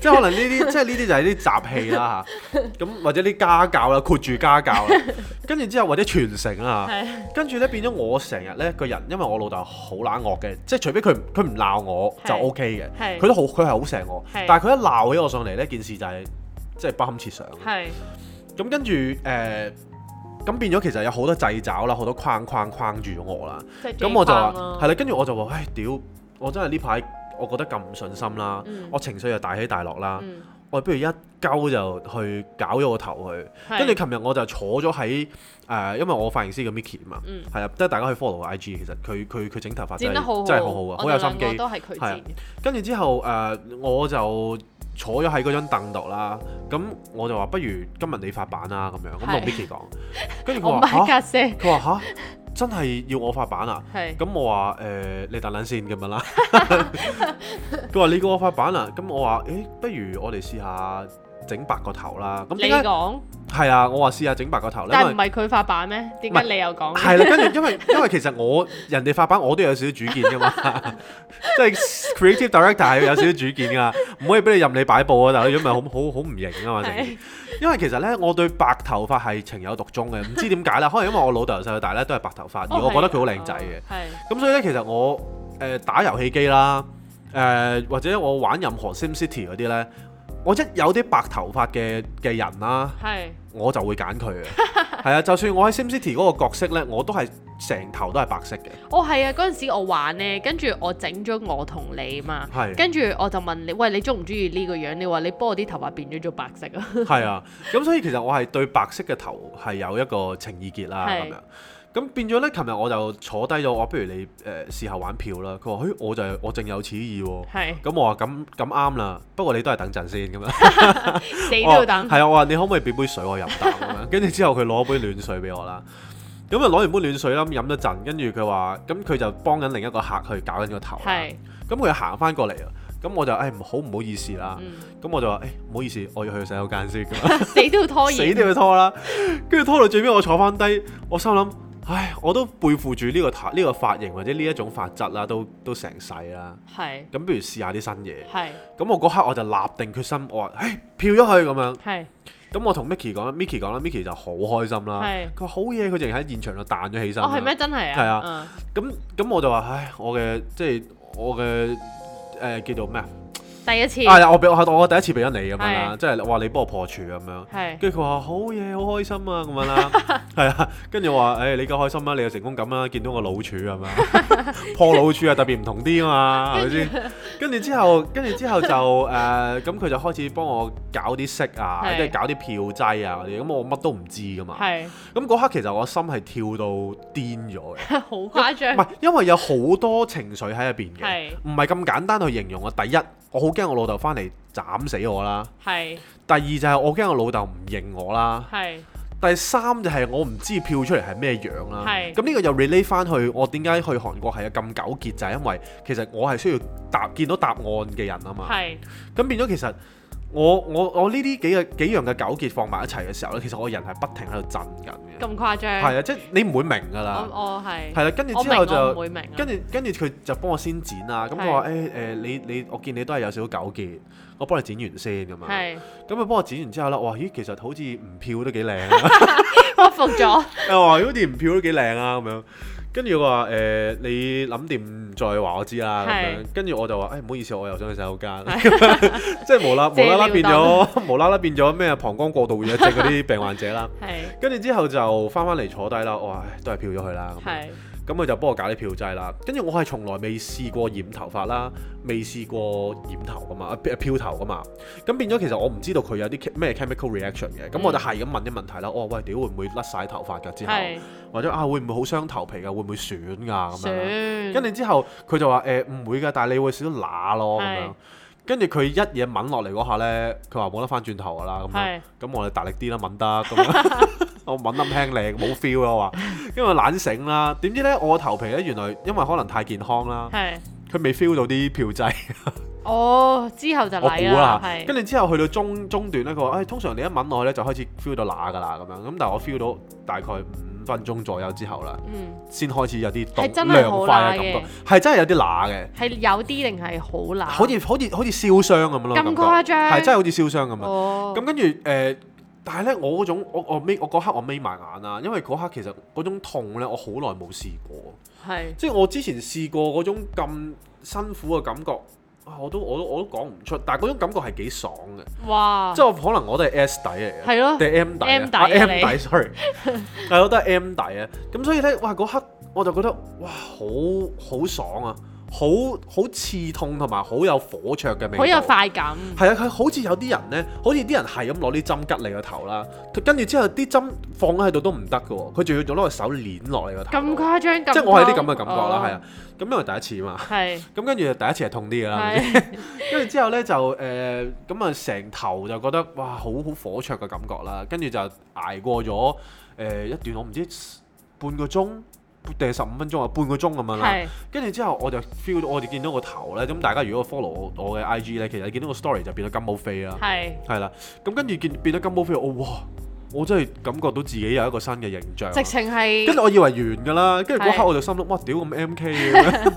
Speaker 1: 即係可能呢啲，即係呢啲就係啲雜戲啦 嚇。咁或者啲家教啦，括住家教啦，跟住之後或者傳承啦嚇。
Speaker 3: 係
Speaker 1: 跟住咧變咗我成日咧個人，因為我老豆好冷惡嘅，即係除非佢唔佢唔鬧我就
Speaker 3: 係
Speaker 1: O K 嘅，
Speaker 3: 係
Speaker 1: 佢都好佢係好錫我
Speaker 3: 係，
Speaker 1: 但係佢一鬧起我上嚟呢件事就係即係不堪設想。
Speaker 3: 係
Speaker 1: 咁跟住誒，呃咁變咗其實有好多掣肘啦，好多框框框住咗我啦。
Speaker 3: 即係
Speaker 1: 咁我就話
Speaker 3: 幾啊慣咯
Speaker 1: 係啦，跟住我就話，唉，屌！我真係呢排我覺得咁唔信心啦，
Speaker 3: 嗯
Speaker 1: 我情緒又大起大落啦，
Speaker 3: 嗯
Speaker 1: 我不如一鳩就去搞咗個頭去。
Speaker 3: 係
Speaker 1: 跟住琴日我就坐咗喺誒，因為我髮型師叫 Micky 啊嘛
Speaker 3: 嗯，
Speaker 1: 係啊、即係大家去 follow 我 IG，其實佢佢佢整頭髮
Speaker 3: 剪
Speaker 1: 真
Speaker 3: 得好
Speaker 1: 係
Speaker 3: 好，
Speaker 1: 真係好好啊，好有心
Speaker 3: 我哋兩個
Speaker 1: 機。啊
Speaker 3: 都係佢剪嘅，
Speaker 1: 跟住之後誒、我就坐咗喺嗰張凳度啦，咁我就話不如今日你發版啊啦咁樣，咁
Speaker 3: 係
Speaker 1: 同 Micky 講，跟住
Speaker 3: 我
Speaker 1: 佢
Speaker 3: 唔
Speaker 1: 話
Speaker 3: 係
Speaker 1: 吓，
Speaker 3: 架車，
Speaker 1: 佢話吓，真係要我發版啊！
Speaker 3: 係
Speaker 1: 咁我話誒、呃你等等先咁樣 啦。佢話你個發版啊，咁我話誒，不如我哋試下整白個頭啦。咁
Speaker 3: 你
Speaker 1: 點解
Speaker 3: 講，
Speaker 1: 係啊？我話試下整白個頭咧，
Speaker 3: 但
Speaker 1: 因為
Speaker 3: 係唔係佢發版咩？點解你又講？
Speaker 1: 係啦，跟住因為因為其實我人哋發版我都有少少主見噶嘛， 即係 creative director 係有少少主見噶，唔可以俾你任你擺佈啊！但係如果唔係好好好唔型啊嘛，成件事
Speaker 3: 係
Speaker 1: 因為其實咧，我對白頭髮係情有獨鍾嘅，唔知點解啦，可能因為我老豆由細到大咧都係白頭髮，
Speaker 3: 哦
Speaker 1: 而我
Speaker 3: 啊
Speaker 1: 覺得佢好靚仔
Speaker 2: 哦
Speaker 1: 嘅。
Speaker 3: 係
Speaker 1: 咁所以咧，其實我誒、呃打遊戲機啦，誒、或者我玩任何 SimCity 嗰啲咧，我一有啲白頭髮嘅嘅人啦，
Speaker 3: 係
Speaker 1: 我就會揀佢嘅。係啊，就算我喺 SimCity 嗰個角色咧，我都係成頭都係白色嘅，
Speaker 3: 哦，係啊！嗰陣時我玩呢，跟住我整咗我同你嘛，
Speaker 1: 係
Speaker 3: 跟住我就問你，喂，你中唔中意呢個樣？你話你幫我啲頭髮變咗做白色啊？
Speaker 1: 係啊，咁所以其實我係對白色嘅頭係有一個情意結啦
Speaker 3: 係
Speaker 1: 咁樣。咁變咗咧，琴日我就坐低咗，我話不如你誒、呃、試下玩票啦。佢話：，嘿，我就係我正有此意 喎、
Speaker 3: 係
Speaker 1: 咁我話咁咁啱啦，不過你都係等陣先咁樣。
Speaker 3: 死都要等
Speaker 1: 我話。係啊，我話你可唔可以俾杯水我飲啖咁樣？跟住之後佢攞杯暖水俾我啦。咁啊攞完杯暖水啦，咁飲咗陣，跟住佢話，咁佢就幫緊另一個客去搞緊個頭啦。
Speaker 3: 係，
Speaker 1: 咁佢行翻過嚟啊，咁我就誒唔好唔好意思啦。
Speaker 3: 嗯，
Speaker 1: 咁我就話誒哎唔好意思，我要去洗手間 先咁樣。
Speaker 3: 死都要拖
Speaker 1: 死
Speaker 3: 延。
Speaker 1: 都要拖啦。跟住拖到最尾，我坐翻低，我心諗，唉，我都背負住呢、個頭呢、個髮型或者呢一種髮質啦，都都成世啦。
Speaker 3: 係
Speaker 1: 咁不如試下啲新嘢。
Speaker 3: 係
Speaker 1: 咁我嗰刻我就立定決心，我話：，唉，票咗佢咁樣。
Speaker 3: 係
Speaker 1: 咁我同 Micky 講啦，Micky 講啦，Micky 就好開心啦。
Speaker 3: 係。
Speaker 1: 佢話好嘢，佢淨係喺現場度彈咗起身。
Speaker 3: 哦，係咩？？真係啊。
Speaker 1: 係啊咁咁我就話：，唉，我嘅即係我嘅。誒、叫做咩啊？
Speaker 3: 嗯。第一次。
Speaker 1: 啊！我俾我我第一次俾咗你咁樣啦，
Speaker 3: 係
Speaker 1: 即係我話你幫我破處咁樣。
Speaker 3: 係。
Speaker 1: 跟住佢話好嘢，好開心啊咁樣 啦，係啊，跟住我話誒、你夠開心啊啦，你有成功感啦，見到個老鼠啊咁樣， 破老鼠啊特別唔同啲 啊嘛，係咪先？跟住之後，跟住之後就誒，咁佢就開始幫我搞啲色啊，
Speaker 3: 係
Speaker 1: 即係搞啲票劑啊嗰啲，咁我乜都唔知噶嘛。
Speaker 3: 係。
Speaker 1: 咁嗰刻其實我心係跳到癲咗嘅。
Speaker 3: 好誇 張
Speaker 1: 唔。係，因為有好多情緒喺入邊嘅
Speaker 3: 係，
Speaker 1: 唔係咁簡單去形容啊。第一，我好驚我老豆翻嚟斬死我啦；
Speaker 3: 係
Speaker 1: 第二就係我驚我老豆唔認我啦。
Speaker 3: 係
Speaker 1: 第三就係我唔知票出嚟係咩樣啦。
Speaker 3: 係
Speaker 1: 咁呢個又 relate 翻去我點解去韓國係咁糾結，就係、因為其實我係需要答見到答案嘅人啊嘛。
Speaker 3: 係
Speaker 1: 咁變咗其實我我我呢啲幾個幾樣嘅糾結放埋一齊嘅時候咧，其實我人係不停喺度震緊嘅。
Speaker 3: 咁誇張。
Speaker 1: 係啊，即係你唔會明㗎
Speaker 3: 我
Speaker 1: 啦。
Speaker 3: 我係。
Speaker 1: 係啦，跟住
Speaker 3: 我
Speaker 1: 之後
Speaker 3: 明我唔
Speaker 1: 就
Speaker 3: 會明啊。
Speaker 1: 跟住跟住佢就幫我先剪啦。咁我話誒誒，你你我見你都係有少少糾結，我幫你剪完先咁樣。
Speaker 3: 係。
Speaker 1: 咁佢幫我剪完之後咧，哇咦，其實好似唔票都幾靚啊
Speaker 3: 我服咗。
Speaker 1: 我話好似唔票都幾靚啊咁樣。跟住我話誒、呃你諗掂再話我知啦咁樣
Speaker 3: 係。
Speaker 1: 跟住我就話誒，唔、好意思，我又想去洗手間， 即係無啦無啦啦
Speaker 3: 借尿
Speaker 1: 變咗 無啦啦變咗咩膀胱過度活躍症嗰啲病患者啦。
Speaker 3: 係
Speaker 1: 跟住之後就翻翻嚟坐低啦，我話唉都係票咗佢啦咁樣。
Speaker 3: 係
Speaker 1: 咁佢就幫我搞啲票劑啦。跟住我係從來未試過染頭髮啦，未試過染頭噶嘛，啊漂漂頭噶嘛。咁變咗其實我唔知道佢有啲 chem- 咩 chemical reaction 嘅。咁我就係咁問啲問題啦。我話喂，屌會唔會甩晒頭髮㗎？之後
Speaker 3: 係。
Speaker 1: 或者啊會唔會好傷頭皮㗎？會唔會損㗎咁樣啦？
Speaker 3: 算。
Speaker 1: 跟住之後佢就話誒唔會㗎，但係你會少乸咯咁樣
Speaker 3: 係。
Speaker 1: 跟住佢一嘢抿落嚟嗰下咧，佢話冇得翻轉頭啊㗎啦咁樣。
Speaker 3: 係
Speaker 1: 咁我哋大力啲啦，抿得咁樣。 我抿得輕力，冇 feel 啊我話，因為懶醒啦。點知咧我個頭皮咧原來因為可能太健康啦，
Speaker 3: 係。
Speaker 1: 佢未 feel 到啲票劑，
Speaker 3: 哦，之後就
Speaker 1: 我估
Speaker 3: 嚟
Speaker 1: 啦
Speaker 3: 啦，。係
Speaker 1: 跟住之後去到中中段咧，佢話：，誒、通常你一抿落去咧就開始 feel 到乸㗎啦咁樣。咁但係我 feel 到大概五分鐘左右之後啦。
Speaker 3: 嗯，
Speaker 1: 先開始有啲凍
Speaker 3: 係真係
Speaker 1: 涼
Speaker 3: 好
Speaker 1: 快嘅感
Speaker 3: 乸嘅
Speaker 1: 覺，係真係有啲乸嘅，
Speaker 3: 係有啲定係好乸？
Speaker 1: 好似好似好似燒傷咁咯，
Speaker 3: 啊咁
Speaker 1: 感覺
Speaker 3: 誇張
Speaker 1: 係真係好似燒傷咁啊！
Speaker 3: 哦，
Speaker 1: 咁跟住誒，但係咧，我嗰種我我眯我嗰刻我眯埋眼啊啦，因為嗰刻其實嗰種痛咧，我好耐冇試過，
Speaker 3: 係
Speaker 1: 即係我之前試過嗰種咁辛苦嘅感覺。啊我都我都我都講唔出，但係嗰種感覺係幾爽嘅，
Speaker 3: 哇
Speaker 1: 即，係我可能我都係 S 底嚟嘅，
Speaker 3: 係咯，
Speaker 1: 定 M 底啊
Speaker 3: 哦 M 底
Speaker 1: 啊
Speaker 3: 啊
Speaker 1: M
Speaker 3: 你
Speaker 1: 底，sorry，係我都係 M 底啊。咁所以咧，哇嗰刻我就覺得哇好好爽啊，好好刺痛同埋好有火灼嘅味道。
Speaker 3: 好有快感，
Speaker 1: 係啊，佢好似有啲人咧，好似啲人係咁攞啲針吉你個頭啦，跟住之後啲針放喺度都唔得嘅喎，佢仲要仲攞個手攣落你個頭
Speaker 3: 咁
Speaker 1: 度。
Speaker 3: 誇張咁，哦
Speaker 1: 即係我係啲咁嘅感覺啦，係啊，。咁因為第一次嘛，
Speaker 3: 係
Speaker 1: 咁跟住第一次係啊痛啲嘅啦。
Speaker 3: 係
Speaker 1: 跟住之後咧就誒咁啊，成頭就覺得哇好好火灼嘅感覺啦，跟住就捱過咗誒、呃一段我唔知半個鐘定係十五分鐘啊，半個鐘咁樣啦。
Speaker 3: 係
Speaker 1: 跟住之後我就 feel 到我哋見到個頭咧，咁大家如果 follow 我我嘅 IG 咧，其實你見到個 story 就變咗金毛飛啦，
Speaker 3: 係，
Speaker 1: 係啦。咁跟住見變咗金毛飛，我哇！我真係感覺到自己有一個新嘅形象啊。
Speaker 3: 直情
Speaker 1: 跟
Speaker 3: 係
Speaker 1: 住我以為完㗎啦，跟住嗰刻
Speaker 3: 係
Speaker 1: 我就心諗哇屌咁 MK 嘅咁樣。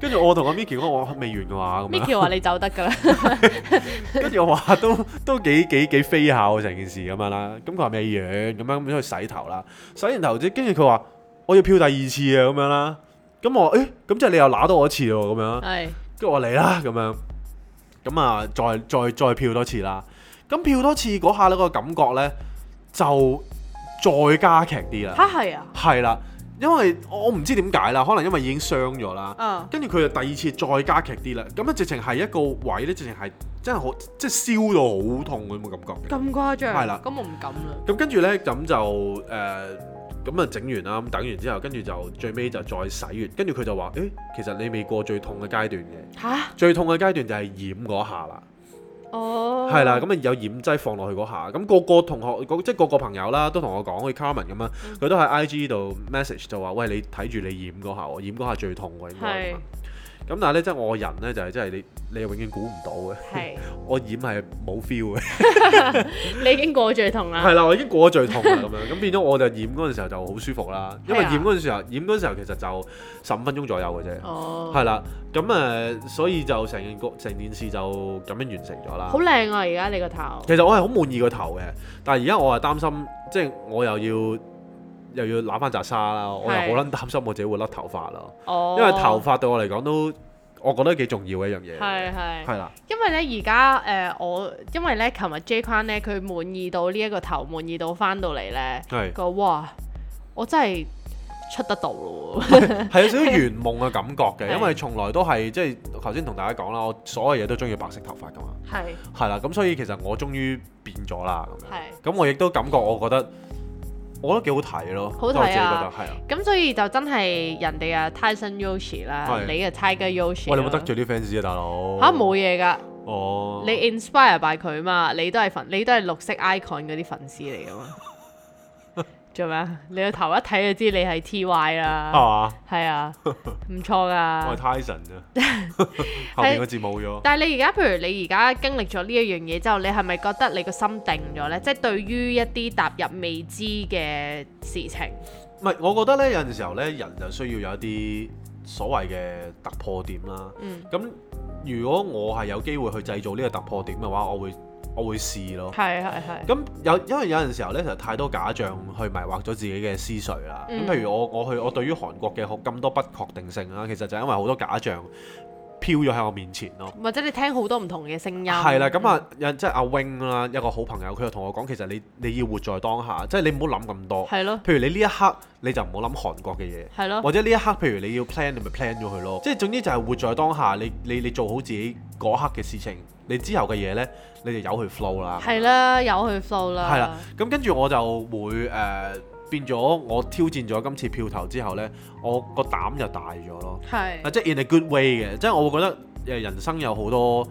Speaker 1: 跟住我同阿 Miki 講我話未完㗎話咁樣。
Speaker 3: Micky 啊話你走得㗎啦，
Speaker 1: 跟住我話都 都幾幾幾飛下喎成件事咁樣啦，咁佢話未完咁樣咁去洗頭啦，洗完頭之跟住佢話我要漂第二次啊咁樣啦，咁我話誒咁即係你又揦多我一次喎咁樣，
Speaker 3: 係
Speaker 1: 跟住我話嚟啦咁樣，咁啊再再再漂多次啦，咁漂多次嗰下呢個感覺呢，就再加劇啲啦，
Speaker 3: 嚇係啊，
Speaker 1: 係啦，因為我我唔知點解啦，可能因為已經傷咗啦。
Speaker 3: 嗯，
Speaker 1: 跟住佢就第二次再加劇啲啦，咁啊直情係一個位咧，直情係真係好即係燒到好痛嗰種感覺嘅。
Speaker 3: 咁誇張，
Speaker 1: 係啦
Speaker 3: 咁我唔敢啦。
Speaker 1: 咁跟住咧，咁就誒咁啊整完啦，咁等完之後，跟住就最尾就再洗完，跟住佢就話：誒、其實你未過最痛嘅階段嘅，
Speaker 3: 吓？
Speaker 1: 最痛嘅階段就係染嗰下啦。
Speaker 3: 哦，
Speaker 1: 係啦，咁啊有染劑放落去嗰下，咁個個同學，個即係個個朋友啦，都同我講，好似 Carmen 咁啊，
Speaker 3: 嗯
Speaker 1: 佢都喺 IG 度 message 就話：喂，你睇住你染嗰下喎，染嗰下最痛喎，應該咁
Speaker 3: 係
Speaker 1: 樣。咁但係咧，即係我人咧就係即係你，你永遠估唔到嘅。
Speaker 3: 係，
Speaker 1: 我染係冇 feel 嘅，
Speaker 3: 你已經過最痛啦。
Speaker 1: 係啦，我已經過咗最痛啦咁樣，咁變咗我就染嗰陣時候就好舒服啦，因為
Speaker 3: 係啊
Speaker 1: 染嗰陣時候，染嗰陣時候其實就十五分鐘左右嘅啫。
Speaker 3: 哦，
Speaker 1: 係啦，咁誒，所以就成件個成件事就咁樣完成咗啦
Speaker 3: 好。靚啊！而家你個頭，
Speaker 1: 其實我係好滿意個頭嘅，但係而家我係擔心，即係我又要又要揦翻扎沙啦，我又好撚擔心我自己會甩頭髮啦，
Speaker 3: 哦，
Speaker 1: 因為頭髮對我嚟講都我覺得幾重要嘅一樣嘢。
Speaker 3: 係係。
Speaker 1: 係啦，
Speaker 3: 因為咧而家誒我，因為咧琴日 J Kwan 咧佢滿意到呢一個頭滿意到翻到嚟咧，
Speaker 1: 係
Speaker 3: 佢話哇，我真係出得到咯喎，
Speaker 1: 係有少少圓夢嘅感覺嘅，
Speaker 3: 係
Speaker 1: 因為從來都係即係頭先同大家講啦，我所有嘢都中意白色頭髮噶嘛，
Speaker 3: 係
Speaker 1: 係啦，咁所以其實我終於變咗啦咁樣，
Speaker 3: 係。
Speaker 1: 咁我亦都感覺我覺得我覺得幾好睇咯，
Speaker 3: 好睇啊
Speaker 1: 即係我自己覺得係啊，
Speaker 3: 咁所以就真係人哋啊 Tyson Yoshi 啦，
Speaker 1: 係
Speaker 3: 你啊 Tiger Yoshi
Speaker 1: 喂，你有
Speaker 3: 啦。
Speaker 1: 冇得罪啲 fans 啊，大佬？
Speaker 3: 嚇冇嘢㗎，
Speaker 1: 哦，
Speaker 3: 你 inspire by 佢嘛？你都係粉，你都係綠色 icon 嗰啲粉絲嚟 㗎嘛？做咩啊？你個頭一睇就知你係 TY 啦。
Speaker 1: 係嘛？
Speaker 3: 係啊，唔錯
Speaker 1: 哦 我
Speaker 3: 㗎
Speaker 1: 係。Tyson 啫， 後面個字冇咗。
Speaker 3: 但係你而家，譬如你而家經歷咗呢一樣嘢之後，你係咪覺得你個心定咗呢？即係對於一啲踏入未知嘅事情，
Speaker 1: 唔係，我覺得咧有陣時候咧，人就需要有一啲所謂嘅突破點啦。
Speaker 3: 嗯，
Speaker 1: 咁如果我係有機會去製造呢個突破點嘅話，我會我會試咯。
Speaker 3: 係係係，
Speaker 1: 咁有因為有陣時候咧，其實太多假象去迷惑咗自己嘅思緒啦。咁
Speaker 3: 嗯
Speaker 1: 譬如我我去我對於韓國嘅好咁多不確定性啦，其實就係因為好多假象飄咗喺我面前咯。
Speaker 3: 或者你聽好多唔同嘅聲音，
Speaker 1: 係啦，咁啊，有即係阿 Wing 啦，一個好朋友，佢就同我講，其實你你要活在當下，即係你唔好諗咁多
Speaker 3: 嗯，。係哦咯
Speaker 1: 譬如你呢一刻你就唔好諗韓國嘅嘢，
Speaker 3: 係咯，
Speaker 1: 或者呢一刻譬如你要 plan 你咪 plan 咗佢咯。即係總之就係活在當下，你你你做好自己嗰刻嘅事情，你之後嘅嘢呢，你就由佢 flow 啦。
Speaker 3: 係啦，有佢 flow 啦，
Speaker 1: 係啦，咁跟住我就會誒、呃、變咗，我挑戰咗今次票投之後呢，我個膽就大咗咯。啊，
Speaker 3: 係，
Speaker 1: 即係 in a good way 嘅，即係我會覺得誒呃人生有好多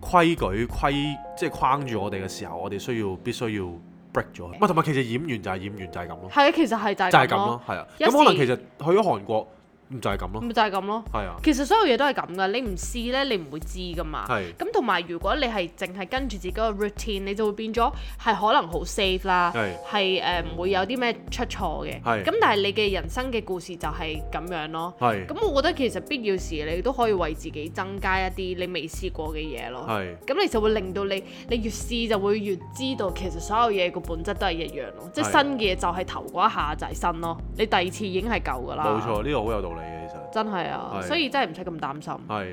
Speaker 1: 規矩規，即係框住我哋嘅時候，我哋需要必須要 break 咗佢。唔係同埋其實演完就係演完就係咁咯。
Speaker 3: 係啊，其實係就係
Speaker 1: 就係咁
Speaker 3: 咁咯，
Speaker 1: 咯，係啊。
Speaker 3: 有
Speaker 1: 咁
Speaker 3: 時嗯
Speaker 1: 可能其實去咗韓國，唔就係咁咯，
Speaker 3: 咪就係咁咯。
Speaker 1: 係啊，
Speaker 3: 其實所有嘢都係咁噶，你唔試呢，你唔會知噶嘛。
Speaker 1: 係
Speaker 3: 咁同埋如果你係淨係跟住自己個 routine，你就會變咗係可能好 safe 啦，
Speaker 1: 係
Speaker 3: 係誒唔會有啲咩出錯嘅。
Speaker 1: 係
Speaker 3: 咁但係你嘅人生嘅故事就係咁樣咯。
Speaker 1: 係
Speaker 3: 咁我覺得其實必要時你都可以為自己增加一啲你未試過嘅嘢咯。
Speaker 1: 係
Speaker 3: 咁你就會令到你，你越試就會越知道其實所有嘢個本質都係一樣咯。即係
Speaker 1: 係
Speaker 3: 新嘅嘢就係頭嗰一下就係新咯，你第二次已經係舊㗎啦。
Speaker 1: 冇錯，呢個好有道理嘅，其實
Speaker 3: 真係啊，
Speaker 1: 係
Speaker 3: 所以真係唔使咁擔心。
Speaker 1: 係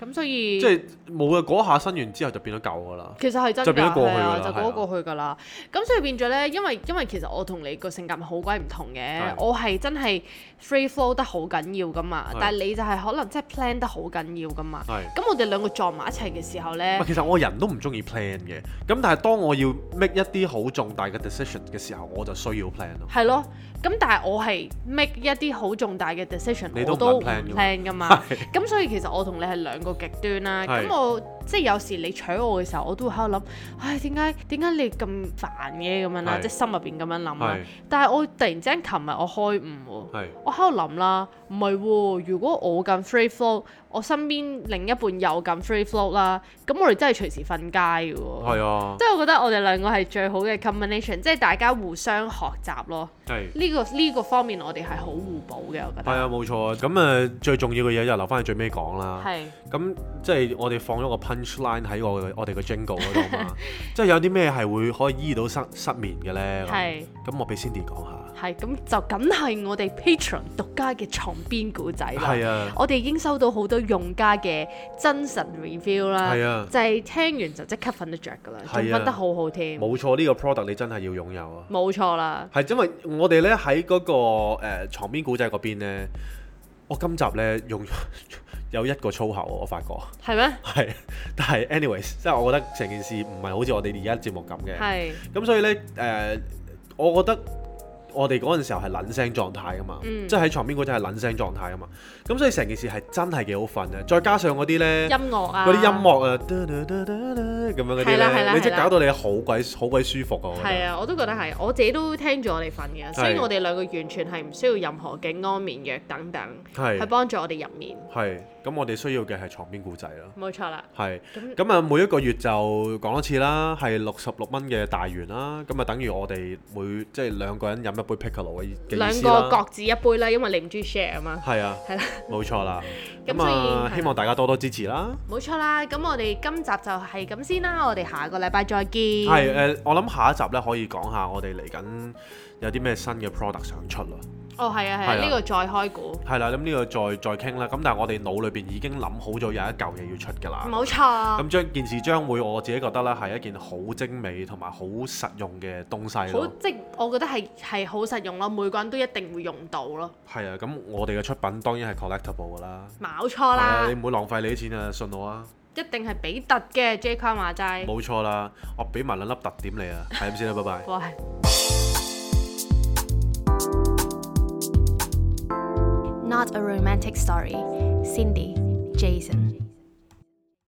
Speaker 3: 咁所以
Speaker 1: 即係冇嘅嗰下新完之後就變咗舊噶啦，
Speaker 3: 其實係真
Speaker 1: 就
Speaker 3: 㗎，
Speaker 1: 變咗過去㗎
Speaker 3: 係
Speaker 1: 啦
Speaker 3: 啊，就
Speaker 1: 係啊
Speaker 3: 嗰個過去㗎啦。咁所以變咗咧，因為因為其實我同你個性格好鬼唔同嘅
Speaker 1: 係，
Speaker 3: 我係真係 free flow 得好緊要㗎嘛
Speaker 1: 係，
Speaker 3: 但係你就係可能真係 plan 得好緊要㗎嘛。
Speaker 1: 係。
Speaker 3: 咁我哋兩個撞埋一齊嘅時候咧
Speaker 1: 唔係，其實我人都唔中意 plan 嘅，咁但係當我要 make 一啲好重大嘅 decision 嘅時候，我就需要 plan 咯。
Speaker 3: 係咯。咁但係我係 make 一啲好重大嘅 decision，
Speaker 1: 你都
Speaker 3: 我
Speaker 1: 唔
Speaker 3: 都唔
Speaker 1: 肯 plan 㗎嘛
Speaker 3: plan 㗎嘛。咁所以其實我同你係兩個極端啦。
Speaker 1: 係
Speaker 3: 咁我即係有時你娶我嘅時候，我都會喺度諗，唉點解點解你咁煩嘅咁樣啦，
Speaker 1: 係
Speaker 3: 即係心入邊咁樣諗啦
Speaker 1: 係。
Speaker 3: 但係我突然之間，琴日我開悟喎，
Speaker 1: 係
Speaker 3: 我喺度諗啦，唔係喎，如果我咁 free flow，我身邊另一半又咁 free flow 啦，咁我哋真係隨時瞓街嘅喎。
Speaker 1: 係啊，
Speaker 3: 即係我覺得我哋兩個係最好嘅 combination，即係大家互相學習咯。
Speaker 1: 係
Speaker 3: 呢、個呢、個方面我哋係好互補嘅，我覺
Speaker 1: 係啊
Speaker 3: 得。
Speaker 1: 呃啊，冇錯。咁誒最重要嘅嘢就留翻喺最尾講啦。
Speaker 3: 係
Speaker 1: 咁即係我哋放咗個 pin punchline 喺我嘅我哋嘅 jingle 嗰度 嘛，即係有啲咩係會可以醫到失失眠嘅咧？
Speaker 3: 係
Speaker 1: 咁，咁我俾 Cindy 講下。
Speaker 3: 係咁就梗係我哋 Patron 獨家嘅床邊故仔啦。
Speaker 1: 係啊，
Speaker 3: 我哋已經收到好多用家嘅真實 review 啦，
Speaker 1: 係啊
Speaker 3: 就係聽完就即刻瞓得着㗎啦，仲
Speaker 1: 係啊
Speaker 3: 瞓得好好添，
Speaker 1: 冇錯，呢、個 product 你真係要擁有啊！
Speaker 3: 冇錯啦，
Speaker 1: 係因為我哋咧喺嗰個誒牀邊古仔嗰邊咧，我今集咧用 咗有一個粗口啊，我發覺
Speaker 3: 係咩？
Speaker 1: 係，但係 anyways，即係我覺得成件事唔係好似我哋而家節目咁嘅。
Speaker 3: 係，
Speaker 1: 咁所以咧，誒、我覺得我哋嗰陣時候係撚聲狀態噶嘛，
Speaker 3: 嗯
Speaker 1: 即係喺床邊嗰陣係撚聲狀態噶嘛。咁所以成件事係真係幾好瞓嘅，再加上嗰啲咧，
Speaker 3: 音樂啊，
Speaker 1: 嗰啲音樂啊，嘟嘟嘟嘟嘟咁樣嗰啲
Speaker 3: 係啦係
Speaker 1: 咧，
Speaker 3: 啦
Speaker 1: 你即
Speaker 3: 係
Speaker 1: 係
Speaker 3: 啦
Speaker 1: 搞到你好鬼好鬼舒服啊！我覺
Speaker 3: 係
Speaker 1: 得
Speaker 3: 啊，我都覺得係，我自己都聽住我哋瞓嘅，所以我哋兩個完全係唔需要任何嘅安眠藥等等，去
Speaker 1: 係
Speaker 3: 幫助我哋入眠，
Speaker 1: 係，咁我哋需要嘅係床邊故仔啦。
Speaker 3: 冇錯啦。
Speaker 1: 係
Speaker 3: 咁
Speaker 1: 咁啊，每一個月就講一次啦，係六十六蚊嘅大元啦，咁啊等於我哋每即係兩個人飲一杯 Piccolo 嘅意嘅意
Speaker 3: 兩
Speaker 1: 思
Speaker 3: 個
Speaker 1: 啦。
Speaker 3: 各自一杯啦，因為你唔中意 share 啊嘛。
Speaker 1: 係啊，
Speaker 3: 係啦，
Speaker 1: 冇錯啦。
Speaker 3: 咁
Speaker 1: 咁啊
Speaker 3: 所，以
Speaker 1: 希望大家多多支持啦。
Speaker 3: 冇錯啦。咁我哋今集就係咁先啦，我哋下個禮拜再見。
Speaker 1: 係誒、啊我諗下一集咧可以講下我哋嚟緊有啲咩新嘅 product 想出啦。
Speaker 3: 哦，係啊，係
Speaker 1: 係
Speaker 3: 啊，
Speaker 1: 啊
Speaker 3: 呢個再開估，
Speaker 1: 係啦，咁呢個再再傾啦。咁但係我哋腦裏邊已經諗好咗有一嚿嘢要出㗎啦。
Speaker 3: 冇錯
Speaker 1: 啊咁，將件事將會我自己覺得咧係一件好精美同埋好實用嘅東西
Speaker 3: 好
Speaker 1: 咯。
Speaker 3: 即係我覺得係係好實用咯，每個人都一定會用到咯，
Speaker 1: 係啊，咁我哋嘅出品當然係 collectible 㗎啦。
Speaker 3: 冇錯
Speaker 1: 係啊
Speaker 3: 啦
Speaker 1: 你，唔好浪費你啲錢啊，信我啊，
Speaker 3: 一定係比特嘅 J 框話齋，
Speaker 1: 冇錯啦，我俾埋兩粒特點你啊，係咁先啦，拜拜。
Speaker 3: 喂。
Speaker 2: Not a romantic story. Cindy, Jason.